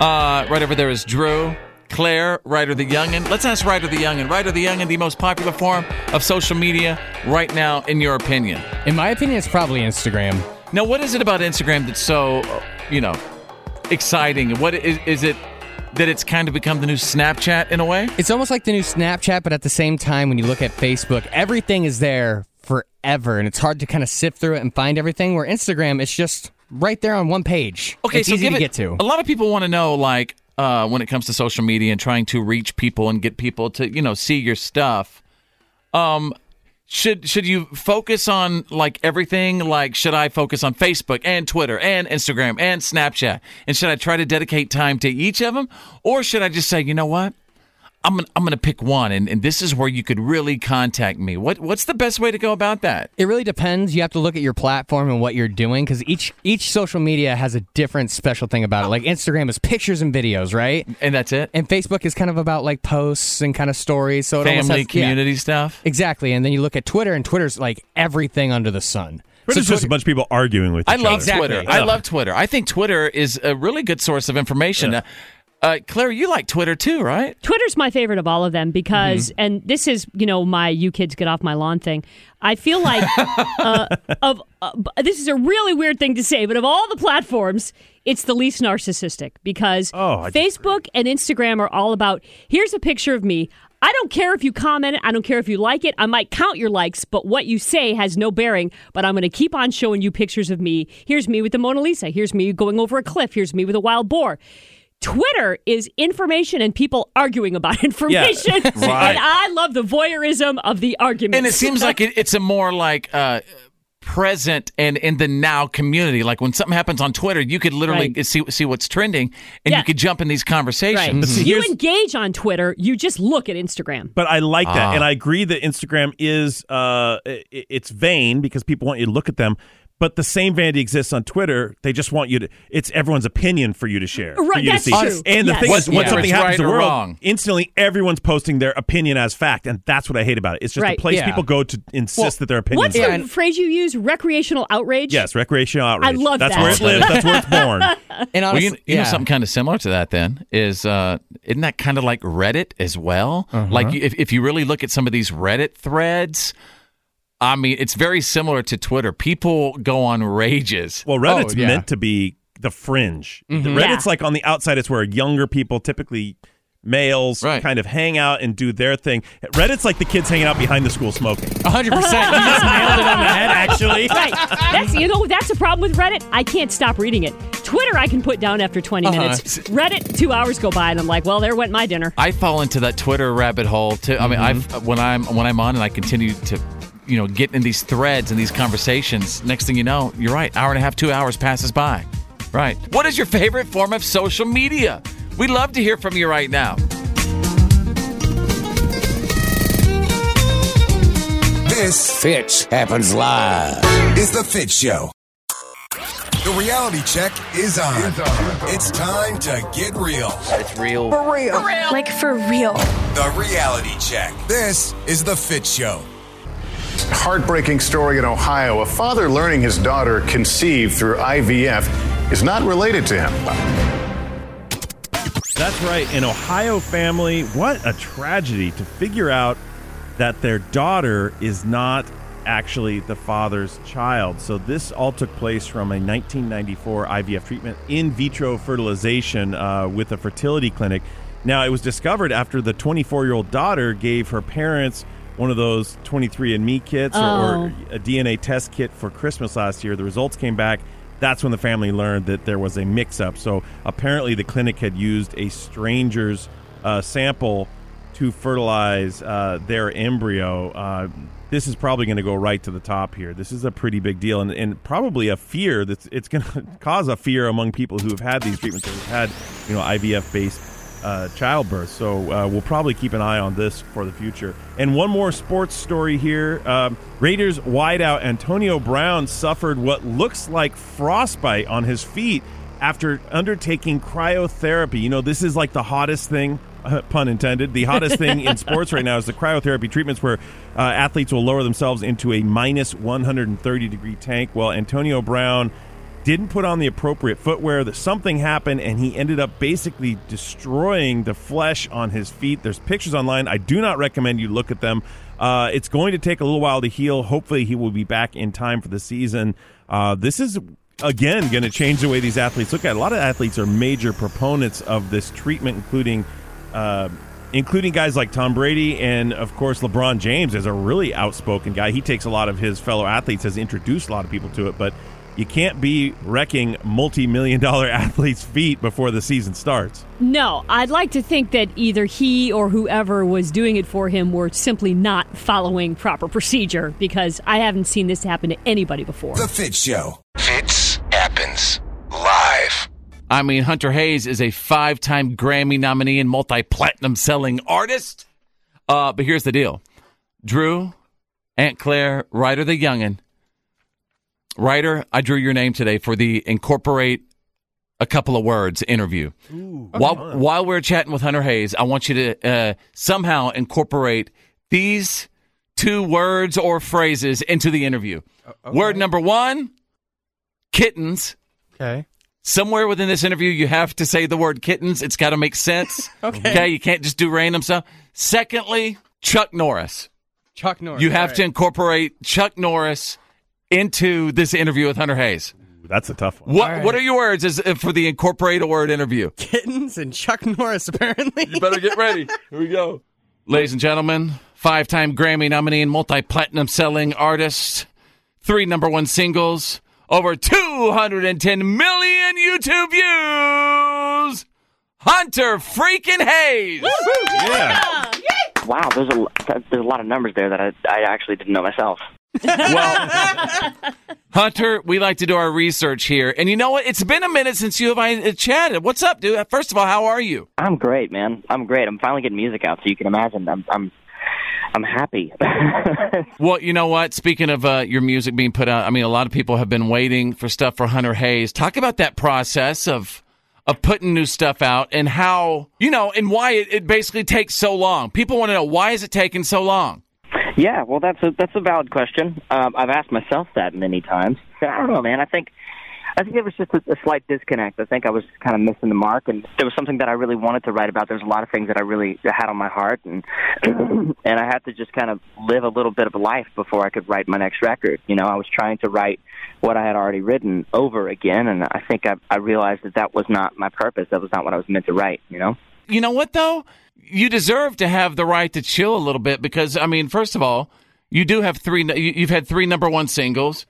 Speaker 2: Uh, right over there is Drew, Claire, Ryder the Youngin. Let's ask Ryder the Youngin. Ryder the Youngin, the most popular form of social media right now, in your opinion.
Speaker 1: In my opinion, it's probably Instagram.
Speaker 2: Now, what is it about Instagram that's so, uh, you know, exciting? What is, is it that it's kind of become the new Snapchat in a way?
Speaker 1: It's almost like the new Snapchat, but at the same time, when you look at Facebook, everything is there forever, and it's hard to kind of sift through it and find everything. Where Instagram, it's just right there on one page.
Speaker 2: Okay,
Speaker 1: it's
Speaker 2: so
Speaker 1: easy
Speaker 2: give
Speaker 1: to
Speaker 2: it-
Speaker 1: get to.
Speaker 2: A lot of people want to know, like, uh, when it comes to social media and trying to reach people and get people to, you know, see your stuff. Um, should should you focus on like everything? Like, should I focus on Facebook and Twitter and Instagram and Snapchat? And should I try to dedicate time to each of them, or should I just say, you know what? I'm gonna, I'm gonna pick one, and, and this is where you could really contact me. What what's the best way to go about that?
Speaker 1: It really depends. You have to look at your platform and what you're doing because each each social media has a different special thing about it. Like Instagram is pictures and videos, right?
Speaker 2: And that's it.
Speaker 1: And Facebook is kind of about like posts and kind of stories. So it almost
Speaker 2: Family,
Speaker 1: has- yeah.
Speaker 2: community stuff.
Speaker 1: Exactly. And then you look at Twitter, and Twitter's like everything under the sun.
Speaker 3: Twitter's just a bunch of people arguing with
Speaker 2: I
Speaker 3: each
Speaker 2: love
Speaker 3: other.
Speaker 2: Twitter. I love Twitter. I think Twitter is a really good source of information. Uh, uh, Claire, you like Twitter too, right?
Speaker 4: Twitter's my favorite of all of them because,
Speaker 3: Mm-hmm.
Speaker 2: Mhm.
Speaker 4: and this is, you know, my you kids get off my lawn thing. I feel like uh, of uh, b- this is a really weird thing to say, but of all the platforms, it's the least narcissistic because
Speaker 2: Oh,
Speaker 4: Facebook and Instagram are all about here's a picture of me. I don't care if you comment, I don't care if you like it. I might count your likes, but what you say has no bearing. But I'm going to keep on showing you pictures of me. Here's me with the Mona Lisa. Here's me going over a cliff. Here's me with a wild boar. Twitter is information and people arguing about (laughs) information.
Speaker 2: Right.
Speaker 4: And I love the voyeurism of the argument.
Speaker 2: And it seems like it, it's a more like uh, present and in the now community. Like when something happens on Twitter, you could literally see see what's trending, and
Speaker 4: Yeah.
Speaker 2: you could jump in these
Speaker 4: Right.
Speaker 2: conversations.
Speaker 4: You engage on Twitter, you just look at Instagram.
Speaker 3: But I like
Speaker 2: Ah.
Speaker 3: that, and I agree that Instagram is uh, i- i- it's vain because people want you to look at them. But the same vanity exists on Twitter. They just want you to. It's everyone's opinion for you to share, for
Speaker 10: Right,
Speaker 3: you
Speaker 10: that's
Speaker 3: to see.
Speaker 10: true.
Speaker 3: And the
Speaker 10: Yes.
Speaker 3: thing is,
Speaker 10: Whether
Speaker 3: when
Speaker 10: it's
Speaker 3: something
Speaker 10: right
Speaker 3: happens in
Speaker 10: or
Speaker 3: the world,
Speaker 10: wrong.
Speaker 3: instantly everyone's posting their opinion as fact, and that's what I hate about it. It's just
Speaker 4: Right.
Speaker 3: a place
Speaker 4: Yeah.
Speaker 3: people go to insist that their opinion.
Speaker 4: What's the phrase you use? Recreational outrage?
Speaker 3: yes, recreational outrage.
Speaker 4: I love
Speaker 3: that's
Speaker 4: that.
Speaker 3: where it lives. that's where it's born.
Speaker 1: And
Speaker 2: Well,
Speaker 1: honestly,
Speaker 2: you, you know
Speaker 1: yeah.
Speaker 2: something kind of similar to that then is uh, isn't that kind of like Reddit as well? Like you, if if you really look at some of these Reddit threads, I mean it's very similar to Twitter. People go on rages.
Speaker 3: Well, Reddit's meant to be the fringe. The
Speaker 2: Mhm.
Speaker 3: Reddit's like on the outside. It's where younger people, typically males, kind of hang out and do their thing. Reddit's like the kids hanging out behind the school smoking.
Speaker 1: 100%. You just
Speaker 3: (laughs)
Speaker 1: nailed it on the head,
Speaker 3: actually.
Speaker 4: Right. That's you know that's a problem with Reddit. I can't stop reading it. Twitter I can put down after 20
Speaker 2: Uh-huh.
Speaker 4: minutes. Reddit 2 hours go by and I'm like, well, there went my dinner.
Speaker 2: I fall into that Twitter rabbit hole too. I mean, I've uh, when I'm when I'm on and I continue to, you know, get in these threads and these conversations. Next thing you know, you're right. Hour and a half, two hours passes by. Right. What is your favorite form of social media? We'd love to hear from you right now.
Speaker 18: This Fitch happens live.
Speaker 6: Is the Fit Show. The reality check is on. It's, time to get real. It's real.
Speaker 17: real. Like for real.
Speaker 6: The reality check. This is the Fit Show.
Speaker 9: Heartbreaking story in Ohio. A father learning his daughter conceived through IVF is not related to him.
Speaker 3: That's right. An Ohio family, what a tragedy to figure out that their daughter is not actually the father's child. So, this all took place from a 1994 IVF treatment, in vitro fertilization uh, with a fertility clinic. Now, it was discovered after the 24 year old daughter gave her parents one of those 23andMe kits or,
Speaker 14: Oh.
Speaker 3: or a DNA test kit for Christmas last year. The results came back. That's when the family learned that there was a mix up. So apparently, the clinic had used a stranger's uh, sample to fertilize uh, their embryo. Uh, this is probably going to go right to the top here. This is a pretty big deal, and, and probably a fear that's it's going to (laughs) cause a fear among people who have had these treatments, who have had you know IVF based uh, childbirth. So uh, we'll probably keep an eye on this for the future. And one more sports story here: um, Raiders wideout Antonio Brown suffered what looks like frostbite on his feet after undertaking cryotherapy. You know, this is like the hottest thing. (laughs) Uh, pun intended. The hottest thing in sports right now is the cryotherapy treatments where uh, athletes will lower themselves into a minus 130 degree tank. Well, Antonio Brown didn't put on the appropriate footwear that something happened and he ended up basically destroying the flesh on his feet there's pictures online i do not recommend you look at them uh, it's going to take a little while to heal hopefully he will be back in time for the season uh, this is again going to change the way these athletes look at it. a lot of athletes are major proponents of this treatment including uh, including guys like Tom Brady and, of course, LeBron James is a really outspoken guy. He takes a lot of his fellow athletes, has introduced a lot of people to it, but you can't be wrecking multi million dollar (laughs) athletes' feet before the season starts.
Speaker 4: No, I'd like to think that either he or whoever was doing it for him were simply not following proper procedure because I haven't seen this happen to anybody before.
Speaker 6: The Fit Show. Fits happens live.
Speaker 2: I mean, Hunter Hayes is a five time Grammy nominee and multi platinum selling artist. Uh, but here's the deal Drew, Aunt Claire, Ryder the Youngin. Ryder, I drew your name today for the Incorporate a Couple of Words interview. while, while we're chatting with Hunter Hayes, I want you to uh, somehow incorporate these two words or phrases into the interview. Word number one kittens.
Speaker 1: Okay.
Speaker 2: Somewhere within this interview, you have to say the word kittens. It's got to make sense.
Speaker 1: (laughs) Okay.
Speaker 2: You can't just do random stuff. Secondly, Chuck Norris.
Speaker 1: Chuck Norris.
Speaker 2: You have
Speaker 1: all
Speaker 2: to
Speaker 1: right.
Speaker 2: incorporate Chuck Norris into this interview with Hunter Hayes.
Speaker 3: That's a tough
Speaker 1: one.
Speaker 2: What
Speaker 1: All right.
Speaker 2: What are your words is, uh, for the incorporate a word interview?
Speaker 1: kittens and Chuck Norris (laughs) apparently. You
Speaker 2: better get ready. Here we go. Ladies and gentlemen, five time Grammy nominee and multi platinum selling artist, three number one singles, over 210 million YouTube views, Hunter freaking Hayes.
Speaker 3: Yeah.
Speaker 14: Wow, there's a there's a lot of numbers there that I I actually didn't know myself.
Speaker 2: Hunter, we like to do our research here. And you know what? It's been a minute since you and I uh, chatted. What's up, dude? First of all, how are you?
Speaker 14: I'm great, man. I'm great. I'm finally getting music out, so you can imagine. I'm I'm I'm happy. (laughs)
Speaker 2: Well, you know what? Speaking of uh, your music being put out, I mean, a lot of people have been waiting for stuff for Hunter Hayes. Talk about that process of of putting new stuff out and how you know and why it, it basically takes so long. People want to know why is it taking so long.
Speaker 14: yeah, well, that's a that's a valid question. Um, I've asked myself that many times. I don't know, man. I think I think it was just a, a slight disconnect. I think I was kind of missing the mark, and there was something that I really wanted to write about. There's a lot of things that I really had on my heart, and (clears throat) and I had to just kind of live a little bit of a life before I could write my next record. You know, I was trying to write what I had already written over again, and I think I, I realized that that was not my purpose. That was not what I was meant to write. You know.
Speaker 2: You know what though? You deserve to have the right to chill a little bit because I mean, first of all, you do have three. you- You've had three number one singles.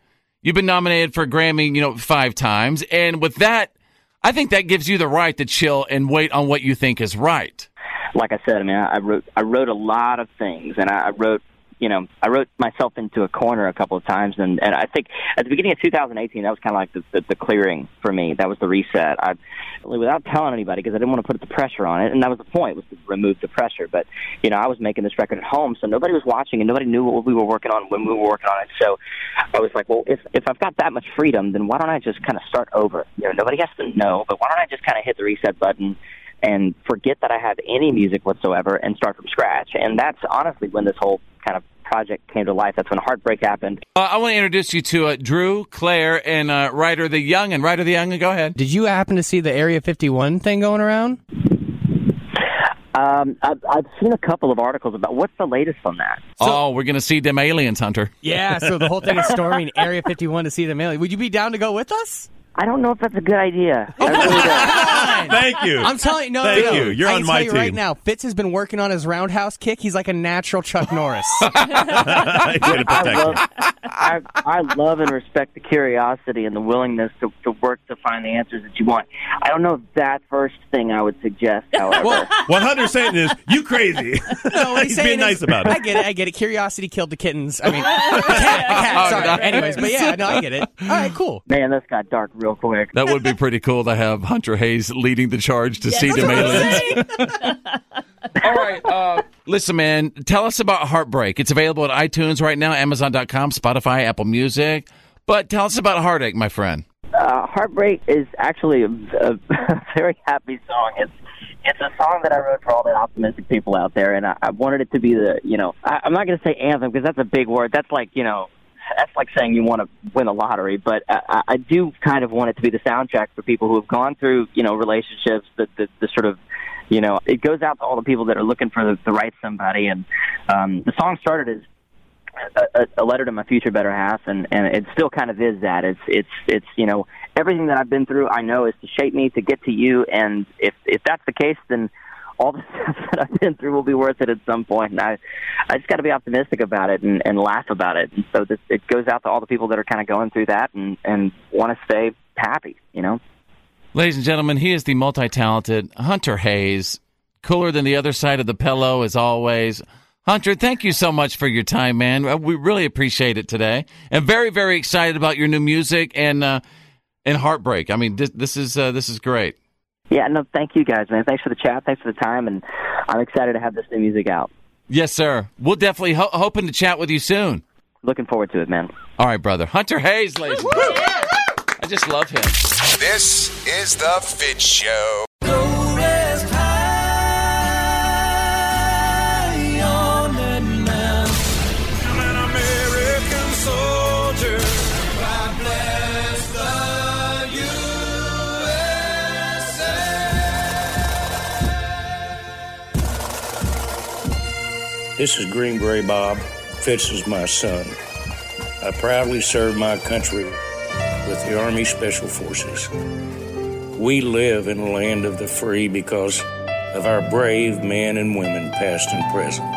Speaker 2: You've been nominated for a Grammy, you know, five times, and with that, I think that gives you the right to chill and wait on what you think is right.
Speaker 14: like I said, I mean, I I wrote I wrote a lot of things, and I I wrote you know I wrote myself into a corner a couple of times, and and I think at the beginning of 2018, that was kind of like the, the the clearing for me. That was the reset. I without telling anybody because I didn't want to put the pressure on it, and that was the point was to remove the pressure. But you know, I was making this record at home, so nobody was watching, and nobody knew what we were working on when we were working on it. So I was like, well, if if I've got that much freedom, then why don't I just kind of start over? You know, nobody has to know, but why don't I just kind of hit the reset button? and forget that I have any music whatsoever and start from scratch. And that's honestly when this whole kind of project came to life. That's when Heartbreak happened.
Speaker 2: Uh, I want to introduce you to uh, Drew, Claire, and uh, Ryder the Young. And Ryder the Young, go ahead.
Speaker 1: Did you happen to see the Area 51 thing going around?
Speaker 14: Um, I've, I've seen a couple of articles about what's the latest on that.
Speaker 2: oh, we're going to see them aliens, Hunter.
Speaker 1: Yeah, so the whole thing is storming Area 51 to see the alien. Would you be down to go with us?
Speaker 14: I don't know if that's a good idea.
Speaker 3: Thank you.
Speaker 1: I'm telling you, no,
Speaker 3: Thank
Speaker 1: no, no.
Speaker 3: you. You're
Speaker 1: I
Speaker 3: on
Speaker 1: can tell
Speaker 3: my
Speaker 1: you right
Speaker 3: team.
Speaker 1: now. Fitz has been working on his roundhouse kick. He's like a natural Chuck Norris.
Speaker 3: (laughs) I should have
Speaker 14: I
Speaker 3: put that.
Speaker 14: love, I, I love and respect the curiosity and the willingness to, to work to find the answers that you want. I don't know if that first thing I would suggest, however.
Speaker 3: One hundred percent is you crazy. (laughs)
Speaker 1: No, what he's,
Speaker 3: He's
Speaker 1: saying
Speaker 3: being nice
Speaker 1: is-
Speaker 3: about it.
Speaker 1: I get it. I get it. Curiosity killed the kittens. I mean, the cat, the cat, sorry. Anyways, but yeah, no, I get it. All right, cool.
Speaker 14: Man, this got dark real quick.
Speaker 2: That would be pretty cool to have Hunter Hayes leading the charge to see
Speaker 14: that's
Speaker 2: them
Speaker 14: what I'm
Speaker 2: aliens. (laughs)
Speaker 14: (laughs)
Speaker 2: All right. Uh, listen, man, tell us about Heartbreak. It's available at iTunes right now, Amazon.com, Spotify, Apple Music. But tell us about Heartache, my friend.
Speaker 14: uh, "Heartbreak" is actually a, a (laughs) very happy song. It's it's a song that I wrote for all the optimistic people out there, and I, I wanted it to be the you know I, I'm not going to say anthem because that's a big word. That's like you know that's like saying you want to win the lottery, but I, I- I do kind of want it to be the soundtrack for people who have gone through you know relationships that the, the sort of you know it goes out to all the people that are looking for the, the right somebody. And um, the song started as a, a- a letter to my future better half, and and it still kind of is that. It's it's it's you know everything that I've been through, I know is to shape me to get to you, and if if that's the case, then all the (laughs) stuff that I've been through will be worth it at some point. And I I just got to be optimistic about it and, and laugh about it. And so this, it goes out to all the people that are kind of going through that and and want to stay happy, you know.
Speaker 2: Ladies and gentlemen, he is the multi talented Hunter Hayes, cooler than the other side of the pillow as always. Hunter, thank you so much for your time, man. Uh, We really appreciate it today. And very, very excited about your new music. And uh, and heartbreak. I mean, this, this is uh, this is great.
Speaker 14: Yeah, no, thank you guys, man. Thanks for the chat. Thanks for the time, and I'm excited to have this new music out.
Speaker 2: Yes, sir. We'll definitely ho- hoping to chat with you soon.
Speaker 14: Looking forward to it, man.
Speaker 2: All right, brother. Hunter Hayes, ladies. and gentlemen. I just love him.
Speaker 6: This is the Fit Show.
Speaker 19: This is Green Gray Bob. Fitz is my son. I proudly serve my country with the Army Special Forces. We live in the land of the free because of our brave men and women, past and present.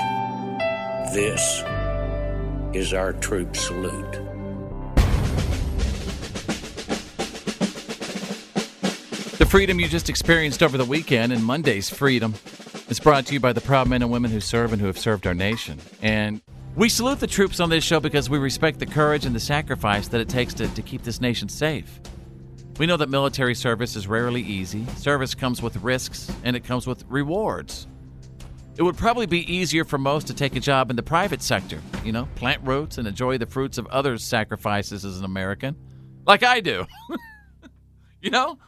Speaker 19: This is our troop salute.
Speaker 2: The freedom you just experienced over the weekend and Monday's freedom is brought to you by the proud men and women who serve and who have served our nation. And we salute the troops on this show because we respect the courage and the sacrifice that it takes to, to keep this nation safe. We know that military service is rarely easy. Service comes with risks and it comes with rewards. It would probably be easier for most to take a job in the private sector, you know, plant roots and enjoy the fruits of others' sacrifices as an American, like I do. (laughs) you know?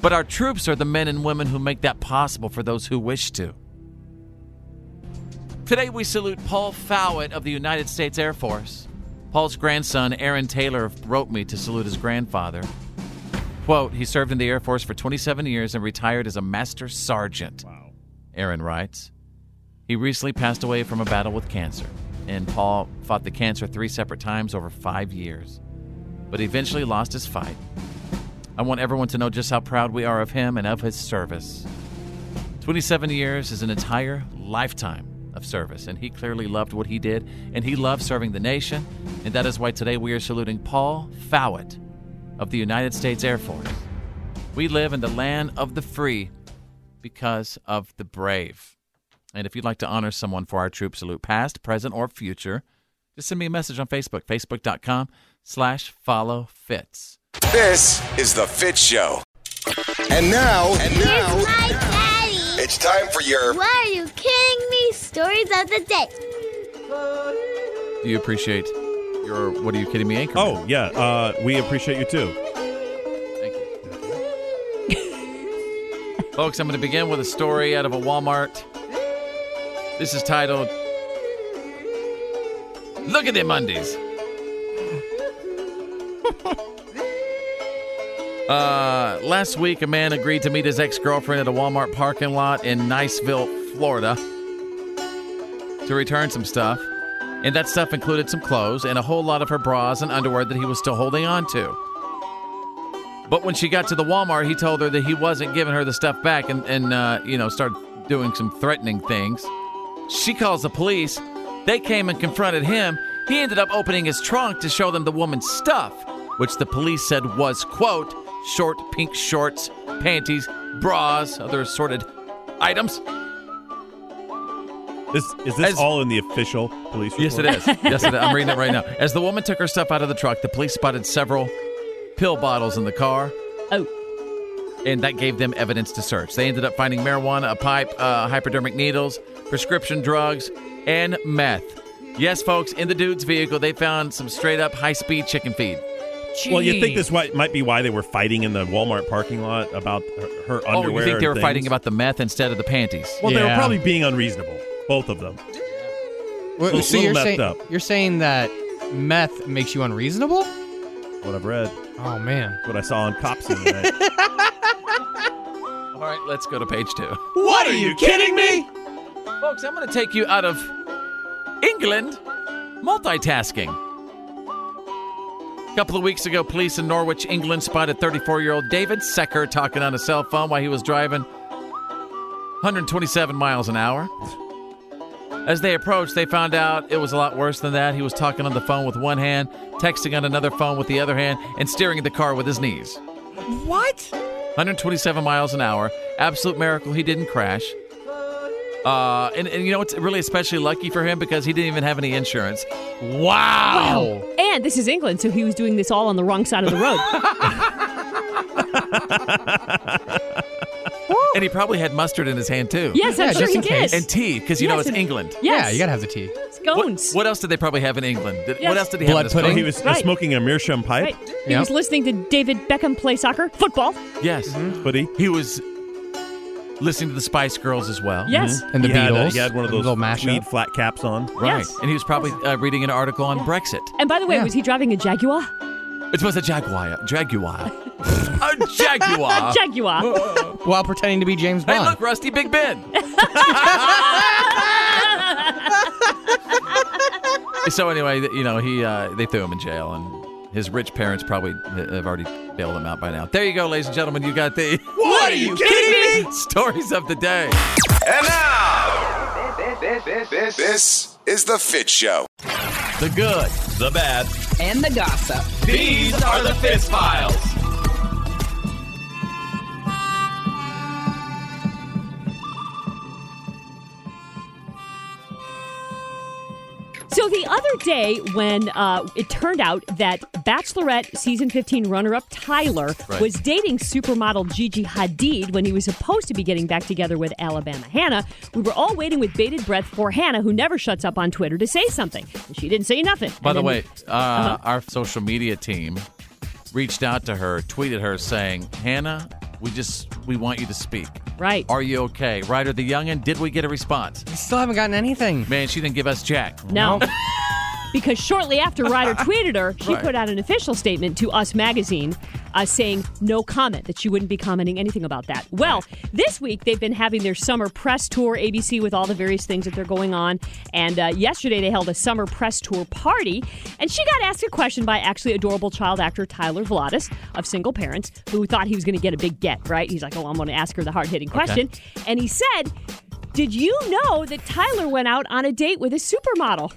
Speaker 2: But our troops are the men and women who make that possible for those who wish to. Today, we salute Paul Fowett of the United States Air Force. Paul's grandson, Aaron Taylor, wrote me to salute his grandfather. Quote, he served in the Air Force for 27 years and retired as a master sergeant. Wow. Aaron writes. He recently passed away from a battle with cancer, and Paul fought the cancer three separate times over five years, but eventually lost his fight I want everyone to know just how proud we are of him and of his service. 27 years is an entire lifetime of service, and he clearly loved what he did, and he loved serving the nation, and that is why today we are saluting Paul Fowett of the United States Air Force. We live in the land of the free because of the brave. And if you'd like to honor someone for our troop salute, past, present, or future, just send me a message on Facebook, facebook.com slash follow fits.
Speaker 6: This is the Fit Show. And now, and now, it's time for your.
Speaker 15: Why are you kidding me? Stories of the day.
Speaker 2: Do you appreciate your What Are You Kidding Me anchor?
Speaker 3: Oh, yeah. Uh, we appreciate you too.
Speaker 2: Folks, I'm going to begin with a story out of a Walmart. This is titled Look at them Mondays. (laughs) Uh, last week, a man agreed to meet his ex girlfriend at a Walmart parking lot in Niceville, Florida, to return some stuff. And that stuff included some clothes and a whole lot of her bras and underwear that he was still holding on to. But when she got to the Walmart, he told her that he wasn't giving her the stuff back and, and uh, you know, started doing some threatening things. She calls the police. They came and confronted him. He ended up opening his trunk to show them the woman's stuff, which the police said was, quote, short pink shorts, panties, bras, other assorted items.
Speaker 3: This is this all in the official police report?
Speaker 2: Yes, it
Speaker 3: (laughs)
Speaker 2: is. Yes, it is. I'm reading it right now. As the woman took her stuff out of the truck, the police spotted several pill bottles in the car.
Speaker 4: Oh.
Speaker 2: And that gave them evidence to search. They ended up finding marijuana, a pipe, uh, hypodermic needles, prescription drugs, and meth. Yes, folks, in the dude's vehicle, they found some straight up high speed chicken feed. Oh,
Speaker 3: Well, you think this why, might be why they were fighting in the Walmart parking lot about her, her
Speaker 2: Oh,
Speaker 3: underwear?
Speaker 2: you think they
Speaker 3: and
Speaker 2: were
Speaker 3: things?
Speaker 2: fighting about the meth instead of the panties?
Speaker 3: Well, they were probably being unreasonable, both of them.
Speaker 1: Wait,
Speaker 3: Little-
Speaker 1: so you're
Speaker 3: little messed
Speaker 1: saying
Speaker 3: up.
Speaker 1: you're saying that meth makes you unreasonable?
Speaker 3: What I've read.
Speaker 1: Oh man,
Speaker 3: what I saw on Cops the other
Speaker 2: (laughs)
Speaker 3: night.
Speaker 2: All right, let's go to page two.
Speaker 16: What are you kidding me?
Speaker 2: Folks, I'm going to take you out of England multitasking. A couple of weeks ago, police in Norwich, England spotted 34 year old David Secker talking on his cell phone while he was driving 127 miles an hour. As they approached, they found out it was a lot worse than that. He was talking on the phone with one hand, texting on another phone with the other hand, and steering the car with his knees.
Speaker 16: What?
Speaker 2: 127 miles an hour. Absolute miracle he didn't crash. Uh, and, and you know it's really especially lucky for him because he didn't even have any insurance. Wow.
Speaker 4: (laughs) And this is England, so he was doing this all on the wrong side of the road.
Speaker 2: and he probably had mustard in his hand too.
Speaker 4: Yes, I'm Yeah, sure just he in did. case.
Speaker 2: And tea, because you know
Speaker 4: Yes,
Speaker 2: it's
Speaker 4: and-
Speaker 2: England.
Speaker 4: yes. Yeah, you gotta
Speaker 1: have the tea.
Speaker 4: Scones.
Speaker 2: What else did they probably have in England? Did-
Speaker 4: Yes.
Speaker 2: What else did he have? in
Speaker 3: Blood
Speaker 2: his
Speaker 3: pudding.
Speaker 2: coat?
Speaker 3: He was uh, smoking a meerschaum pipe.
Speaker 4: Right. He was listening to David Beckham play soccer, football.
Speaker 2: Yes,
Speaker 3: hoodie.
Speaker 2: He was listening to the Spice Girls as well.
Speaker 4: Yes.
Speaker 3: And the He had, uh, Beatles.
Speaker 2: he had one of those
Speaker 3: little mashup. tweed
Speaker 2: flat caps on. Mm-hmm. Right,
Speaker 4: Yes.
Speaker 2: and he was probably uh, reading an article on Brexit.
Speaker 4: And by the way, was he driving a Jaguar?
Speaker 2: It was a jaguar.
Speaker 4: (laughs)
Speaker 2: Jaguar. a jaguar.
Speaker 4: Jaguar.
Speaker 1: While pretending to be James Bond.
Speaker 2: Hey, look, Rusty Big Ben. so anyway, th- you know, he uh, they threw him in jail, and his rich parents probably ha- have already bailed him out by now. There you go, ladies and gentlemen. You got the
Speaker 10: What are
Speaker 2: (laughs)
Speaker 10: you kidding
Speaker 2: me? Stories of the day.
Speaker 6: And now, this is the Fit Show.
Speaker 2: The good,
Speaker 6: the bad.
Speaker 20: And the gossip.
Speaker 6: These are the Fist Files.
Speaker 4: So the other day, when uh, it turned out that Bachelorette season 15 runner up Tyler
Speaker 21: Right.
Speaker 4: was dating supermodel Gigi Hadid when he was supposed to be getting back together with Alabama Hannah, we were all waiting with bated breath for Hannah, who never shuts up on Twitter, to say something. And she didn't say nothing.
Speaker 2: By
Speaker 4: And
Speaker 2: the
Speaker 4: then-
Speaker 2: way, uh, our social media team reached out to her, tweeted her saying, "Hannah, we just we want you to speak.
Speaker 4: Right?
Speaker 2: Are you okay? Ryder the youngin? Did we get a response?
Speaker 1: We still haven't gotten anything.
Speaker 2: Man, she didn't give us jack.
Speaker 4: No. (laughs) because shortly after Ryder tweeted her, she
Speaker 2: Right.
Speaker 4: put out an official statement to Us Magazine uh, saying no comment, that she wouldn't be commenting anything about that. Well, this week they've been having their summer press tour, ABC, with all the various things that they're going on. And uh, yesterday they held a summer press tour party. And she got asked a question by actually adorable child actor Tyler Volatis of Single Parents, who thought he was going to get a big get, right? He's like, oh, I'm going to ask her the hard hitting
Speaker 21: Okay.
Speaker 4: question. And he said, Did you know that Tyler went out on a date with a supermodel?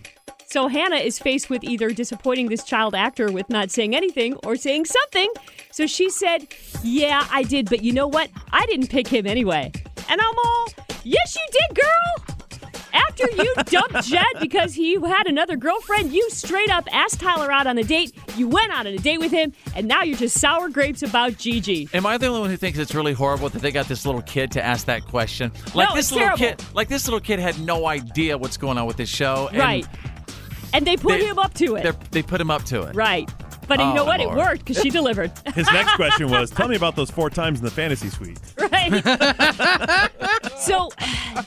Speaker 4: So Hannah is faced with either disappointing this child actor with not saying anything or saying something. So she said, Yeah, I did, but you know what? I didn't pick him anyway. And I'm all, Yes, you did, girl! After
Speaker 2: (laughs)
Speaker 4: you dumped Jed because he had another girlfriend, you straight up asked Tyler out on a date. You went out on a date with him, and now you're just sour grapes about Gigi.
Speaker 2: Am I the only one who thinks it's really horrible that they got this little kid to ask that question? Like
Speaker 4: No,
Speaker 2: this
Speaker 4: it's
Speaker 2: little
Speaker 4: terrible.
Speaker 2: kid, like this little kid had no idea what's going on with this show. And
Speaker 4: Right. And they put
Speaker 2: They-
Speaker 4: him up to it.
Speaker 2: they're- They put him up to it.
Speaker 4: Right. But you
Speaker 3: Oh,
Speaker 4: know what?
Speaker 3: Lord.
Speaker 4: It worked because she delivered. (laughs)
Speaker 3: His next question was, "Tell me about those four times in the fantasy suite."
Speaker 2: (laughs)
Speaker 4: so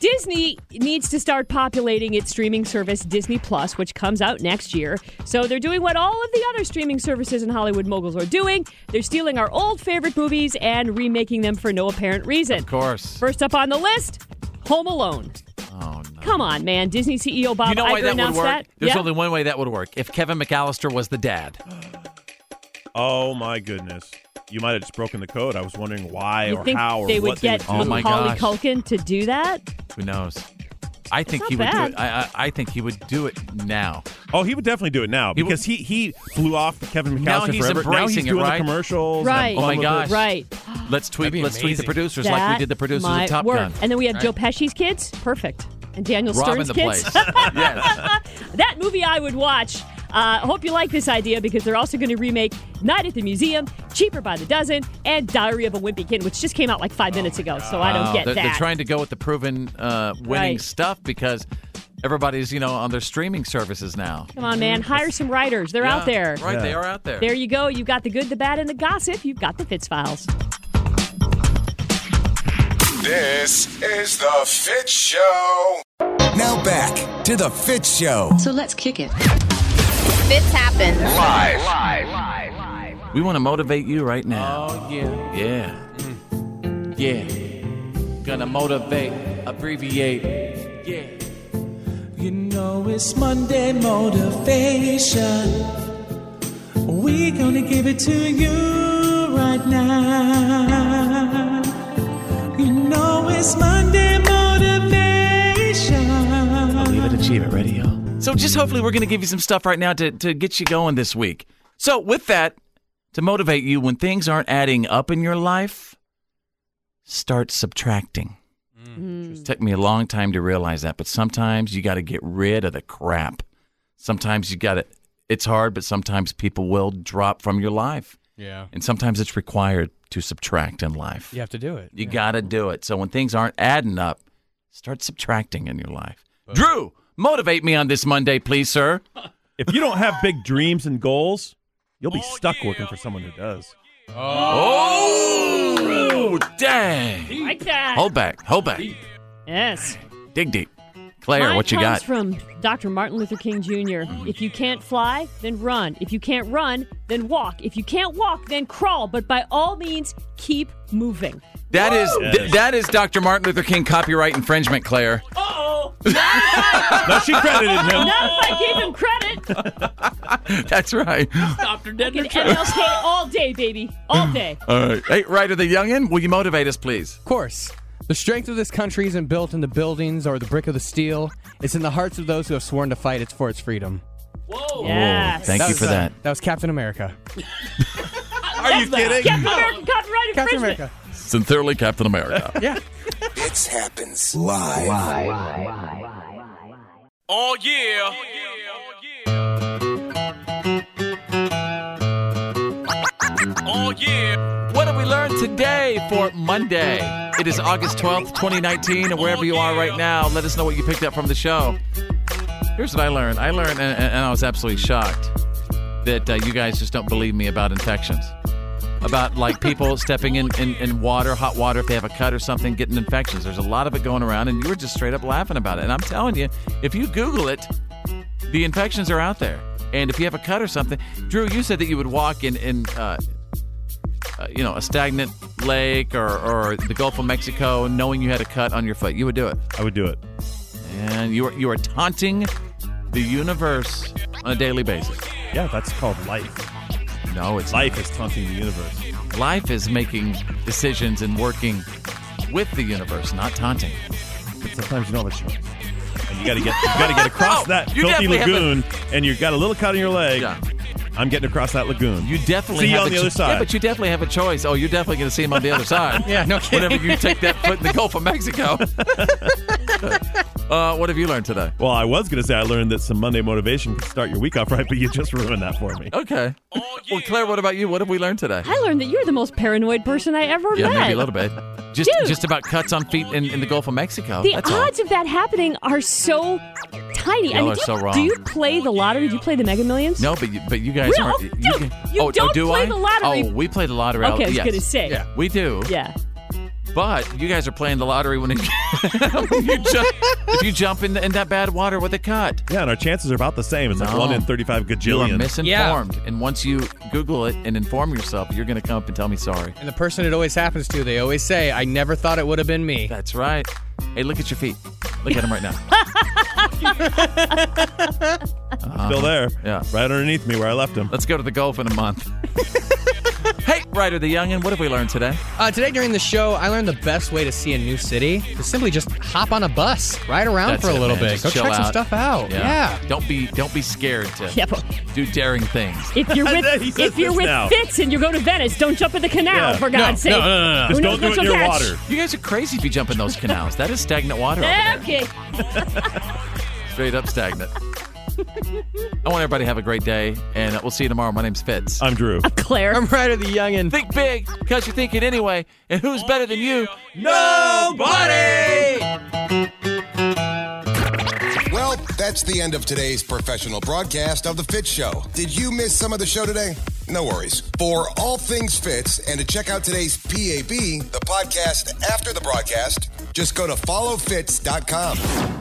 Speaker 4: Disney needs to start populating its streaming service Disney Plus, which comes out next year. So they're doing what all of the other streaming services and Hollywood moguls are doing. They're stealing our old favorite movies and remaking them for no apparent reason. Of
Speaker 2: course.
Speaker 4: First up on the list, Home Alone.
Speaker 2: Oh,
Speaker 4: Come on, man. Disney CEO Bob
Speaker 2: you know why
Speaker 4: Iger
Speaker 2: that would
Speaker 4: announced
Speaker 2: work?
Speaker 4: that.
Speaker 2: There's
Speaker 4: Yeah.
Speaker 2: only one way that would work if Kevin McAllister was the dad. (gasps)
Speaker 3: Oh my goodness! You might have just broken the code. I was wondering why
Speaker 4: you
Speaker 3: or
Speaker 4: think
Speaker 3: how or
Speaker 4: they would
Speaker 3: what
Speaker 4: get
Speaker 3: they would do.
Speaker 2: Oh
Speaker 4: Macaulay Culkin to do that?
Speaker 2: Who knows? I think
Speaker 4: not
Speaker 2: he would
Speaker 4: bad.
Speaker 2: do it. I, I, I think he would do it
Speaker 4: (gasps)
Speaker 2: now.
Speaker 3: Oh, he would definitely do it now because he he flew off Kevin McAllister
Speaker 2: Now he's
Speaker 3: forever. now he's
Speaker 2: embracing it,
Speaker 3: doing
Speaker 2: right?
Speaker 3: the commercials. and
Speaker 4: Right.
Speaker 3: having
Speaker 2: Oh my
Speaker 3: fun with
Speaker 2: gosh.
Speaker 3: it.
Speaker 4: Right.
Speaker 2: Let's tweet.
Speaker 3: That'd be
Speaker 2: Let's tweet the
Speaker 3: amazing.
Speaker 2: producers like we
Speaker 4: That
Speaker 2: did the producers
Speaker 4: might
Speaker 2: of Top
Speaker 4: work.
Speaker 2: Gun.
Speaker 4: And then we have
Speaker 2: Right.
Speaker 4: Joe Pesci's kids. Perfect. And Daniel
Speaker 2: Robbing
Speaker 4: Stern's
Speaker 2: the
Speaker 4: kids.
Speaker 2: place. (laughs) yes.
Speaker 4: (laughs) that movie I would watch. Uh, hope you like this idea because they're also going to remake Night at the Museum, Cheaper by the Dozen, and Diary of a Wimpy Kid, which just came out like five minutes ago. So I
Speaker 2: Wow.
Speaker 4: don't get
Speaker 2: Oh, they're,
Speaker 4: that.
Speaker 2: They're trying to go with the proven uh, winning
Speaker 4: Right.
Speaker 2: stuff because everybody's you know on their streaming services now.
Speaker 4: Come on, man. Hire some writers. They're out
Speaker 2: Yeah,
Speaker 4: there.
Speaker 2: right, they are out there.
Speaker 4: There you go. You've got the good, the bad, and the gossip. You've got the Fitz Files.
Speaker 6: This is the Fit Show.
Speaker 18: Now back to the Fit Show.
Speaker 8: So let's kick it. Fits happen.
Speaker 2: Live. We want to motivate you right now. Oh yeah. Yeah. Yeah. Gonna motivate, abbreviate.
Speaker 16: You know it's Monday motivation. We're gonna give it to you right now. You know it's Monday motivation.
Speaker 2: Leave it, achieve it, ready, y'all. So just hopefully we're gonna give you some stuff right now to, to get you going this week. So with that, to motivate you when things aren't adding up in your life, start subtracting.
Speaker 1: Mm,
Speaker 2: It took me a long time to realize that, but sometimes you got to get rid of the crap. Sometimes you got to, it's hard, but sometimes people will drop from your life.
Speaker 1: Yeah.
Speaker 2: And sometimes it's required to subtract in life.
Speaker 1: You have to do it.
Speaker 2: You got to do it. So when things aren't adding up, start subtracting in your life. Drew, motivate me on this Monday, please, sir.
Speaker 3: If you don't have big dreams and goals, you'll be stuck working for someone who does.
Speaker 2: Oh, dang.
Speaker 4: Like that.
Speaker 2: Hold back. Hold back.
Speaker 4: Yes.
Speaker 2: Dig deep. Claire,
Speaker 4: Mine
Speaker 2: what you
Speaker 4: comes
Speaker 2: got?
Speaker 4: from Dr. Martin Luther King Jr. If you can't fly, then run. If you can't run, then walk. If you can't walk, then crawl. But by all means, keep moving.
Speaker 2: That is
Speaker 4: Woo!
Speaker 2: th- that is Dr. Martin Luther King copyright infringement, Claire. (laughs)
Speaker 3: no, she credited
Speaker 4: (laughs)
Speaker 3: him.
Speaker 4: Not if I gave him
Speaker 2: (laughs)
Speaker 4: credit.
Speaker 2: That's right.
Speaker 4: Stopped her dead MLK all day, baby.
Speaker 2: (laughs)
Speaker 4: All day.
Speaker 2: All right. Hey, Ryder the Youngin, will you motivate us, please?
Speaker 1: Of course. The strength of this country isn't built in the buildings or the brick of the steel. It's in the hearts of those who have sworn to fight it for its freedom.
Speaker 2: Whoa.
Speaker 1: Yeah.
Speaker 2: thank you for that.
Speaker 1: That was Captain America.
Speaker 2: Are you kidding?
Speaker 4: Captain America copyright
Speaker 1: Captain
Speaker 4: infringement.
Speaker 1: America.
Speaker 2: Sincerely, Captain (laughs) America.
Speaker 1: Yeah.
Speaker 6: It happens live.
Speaker 2: Oh, yeah. Oh, yeah. What did we learn today for Monday? It is August 12th, 2019, and wherever you are right now, let us know what you picked up from the show. Here's what I learned I learned, and, and I was absolutely shocked, that uh, you guys just don't believe me about infections. About like people (laughs) stepping in, in, in water, hot water, if they have a cut or something, getting infections. There's a lot of it going around, and you were just straight up laughing about it. And I'm telling you, if you Google it, the infections are out there. And if you have a cut or something, Drew, you said that you would walk in in uh, uh, you know a stagnant lake or, or the Gulf of Mexico, knowing you had a cut on your foot. You would do it.
Speaker 3: I would do it.
Speaker 2: And you are you are taunting the universe on a daily basis.
Speaker 3: Yeah, that's called life.
Speaker 2: No, it's
Speaker 3: life is taunting the universe.
Speaker 2: Life is making decisions and working with the universe, not taunting.
Speaker 3: But sometimes you don't have a choice. And you got to get
Speaker 2: (laughs)
Speaker 3: you got to get across
Speaker 2: No,
Speaker 3: that
Speaker 2: you
Speaker 3: filthy
Speaker 2: definitely have a-
Speaker 3: lagoon, and you got a little cut on your leg. I'm getting across that lagoon. You
Speaker 2: definitely
Speaker 3: see you
Speaker 2: have
Speaker 3: on
Speaker 2: a
Speaker 3: the
Speaker 2: cho-
Speaker 3: other side.
Speaker 2: Yeah, but you definitely have a choice. Oh, you're definitely going to see him on the other side.
Speaker 3: (laughs) Yeah, no kidding.
Speaker 2: Whenever you take that foot in the Gulf of
Speaker 3: (laughs)
Speaker 2: Mexico. uh, what have you learned today?
Speaker 3: Well, I was going to say I learned that some Monday motivation can start your week off right, but you just ruined that for me.
Speaker 2: Okay. Well, Claire, what about you? What have we learned today?
Speaker 4: I learned that you're the most paranoid person I ever
Speaker 2: yeah,
Speaker 4: met.
Speaker 2: maybe a little bit. Just
Speaker 4: Dude.
Speaker 2: just about cuts on feet in, in the Gulf of Mexico.
Speaker 4: The
Speaker 2: That's
Speaker 4: odds of that happening are so tiny. I
Speaker 2: Y'all
Speaker 4: mean,
Speaker 2: are
Speaker 4: do,
Speaker 2: so
Speaker 4: you,
Speaker 2: wrong.
Speaker 4: do you play the lottery? Do you play the Mega Millions?
Speaker 2: all. No, but you, but you guys
Speaker 4: Real?
Speaker 2: aren't. You,
Speaker 4: Dude,
Speaker 2: can-
Speaker 4: you
Speaker 2: oh,
Speaker 4: don't
Speaker 2: oh, do
Speaker 4: play
Speaker 2: I?
Speaker 4: the lottery.
Speaker 2: Oh, we play the lottery.
Speaker 4: Okay, I was
Speaker 2: yes.
Speaker 4: gonna say. Yeah.
Speaker 2: we do.
Speaker 4: Yeah.
Speaker 2: But you guys are playing the lottery (laughs) when, it, when you jump if you jump in, in that bad water with a cut.
Speaker 3: Yeah, and our chances are about the same. It's like
Speaker 2: No.
Speaker 3: one in thirty-five
Speaker 2: You
Speaker 3: gajillion.
Speaker 2: are misinformed, and once you Google it and inform yourself, you're going to come up and tell me sorry.
Speaker 1: And the person it always happens to, they always say, I never thought it would have been me.
Speaker 2: That's right. Hey, look at your feet. Look at them right now.
Speaker 3: Still there.
Speaker 2: Yeah.
Speaker 3: Right underneath me where I left him.
Speaker 2: Let's go to the Gulf in a month. (laughs) hey, Ryder the Youngin, what have we learned today?
Speaker 1: Uh, today during the show, I learned the best way to see a new city is simply just hop on a bus, ride around
Speaker 2: That's
Speaker 1: for a
Speaker 2: it,
Speaker 1: little
Speaker 2: man.
Speaker 1: bit,
Speaker 2: Just
Speaker 1: go
Speaker 2: chill
Speaker 1: check some stuff out. Yeah.
Speaker 2: Don't be don't be scared to
Speaker 4: Yeah, but-
Speaker 2: do daring things.
Speaker 4: If you're
Speaker 3: (laughs) He
Speaker 4: with
Speaker 3: says
Speaker 4: if you're
Speaker 3: this
Speaker 4: with
Speaker 3: now.
Speaker 4: Fitz and you go to Venice, don't jump in the canal Oh, for God's sake. Who knows what you'll catch?
Speaker 2: You guys are crazy if you jump in those canals. That is stagnant water. over there.
Speaker 4: Okay.
Speaker 2: Straight up stagnant. I want everybody to have a great day, and we'll see you tomorrow. My name's Fitz.
Speaker 3: I'm Drew.
Speaker 4: Claire.
Speaker 1: I'm Ryder the Youngin.
Speaker 2: Think big, because you're thinking anyway. And who's better than you? Nobody!
Speaker 6: Well, that's the end of today's professional broadcast of The Fit Show. Did you miss some of the show today? No worries. For all things fits and to check out today's PAB, the podcast after the broadcast, just go to followfits.com.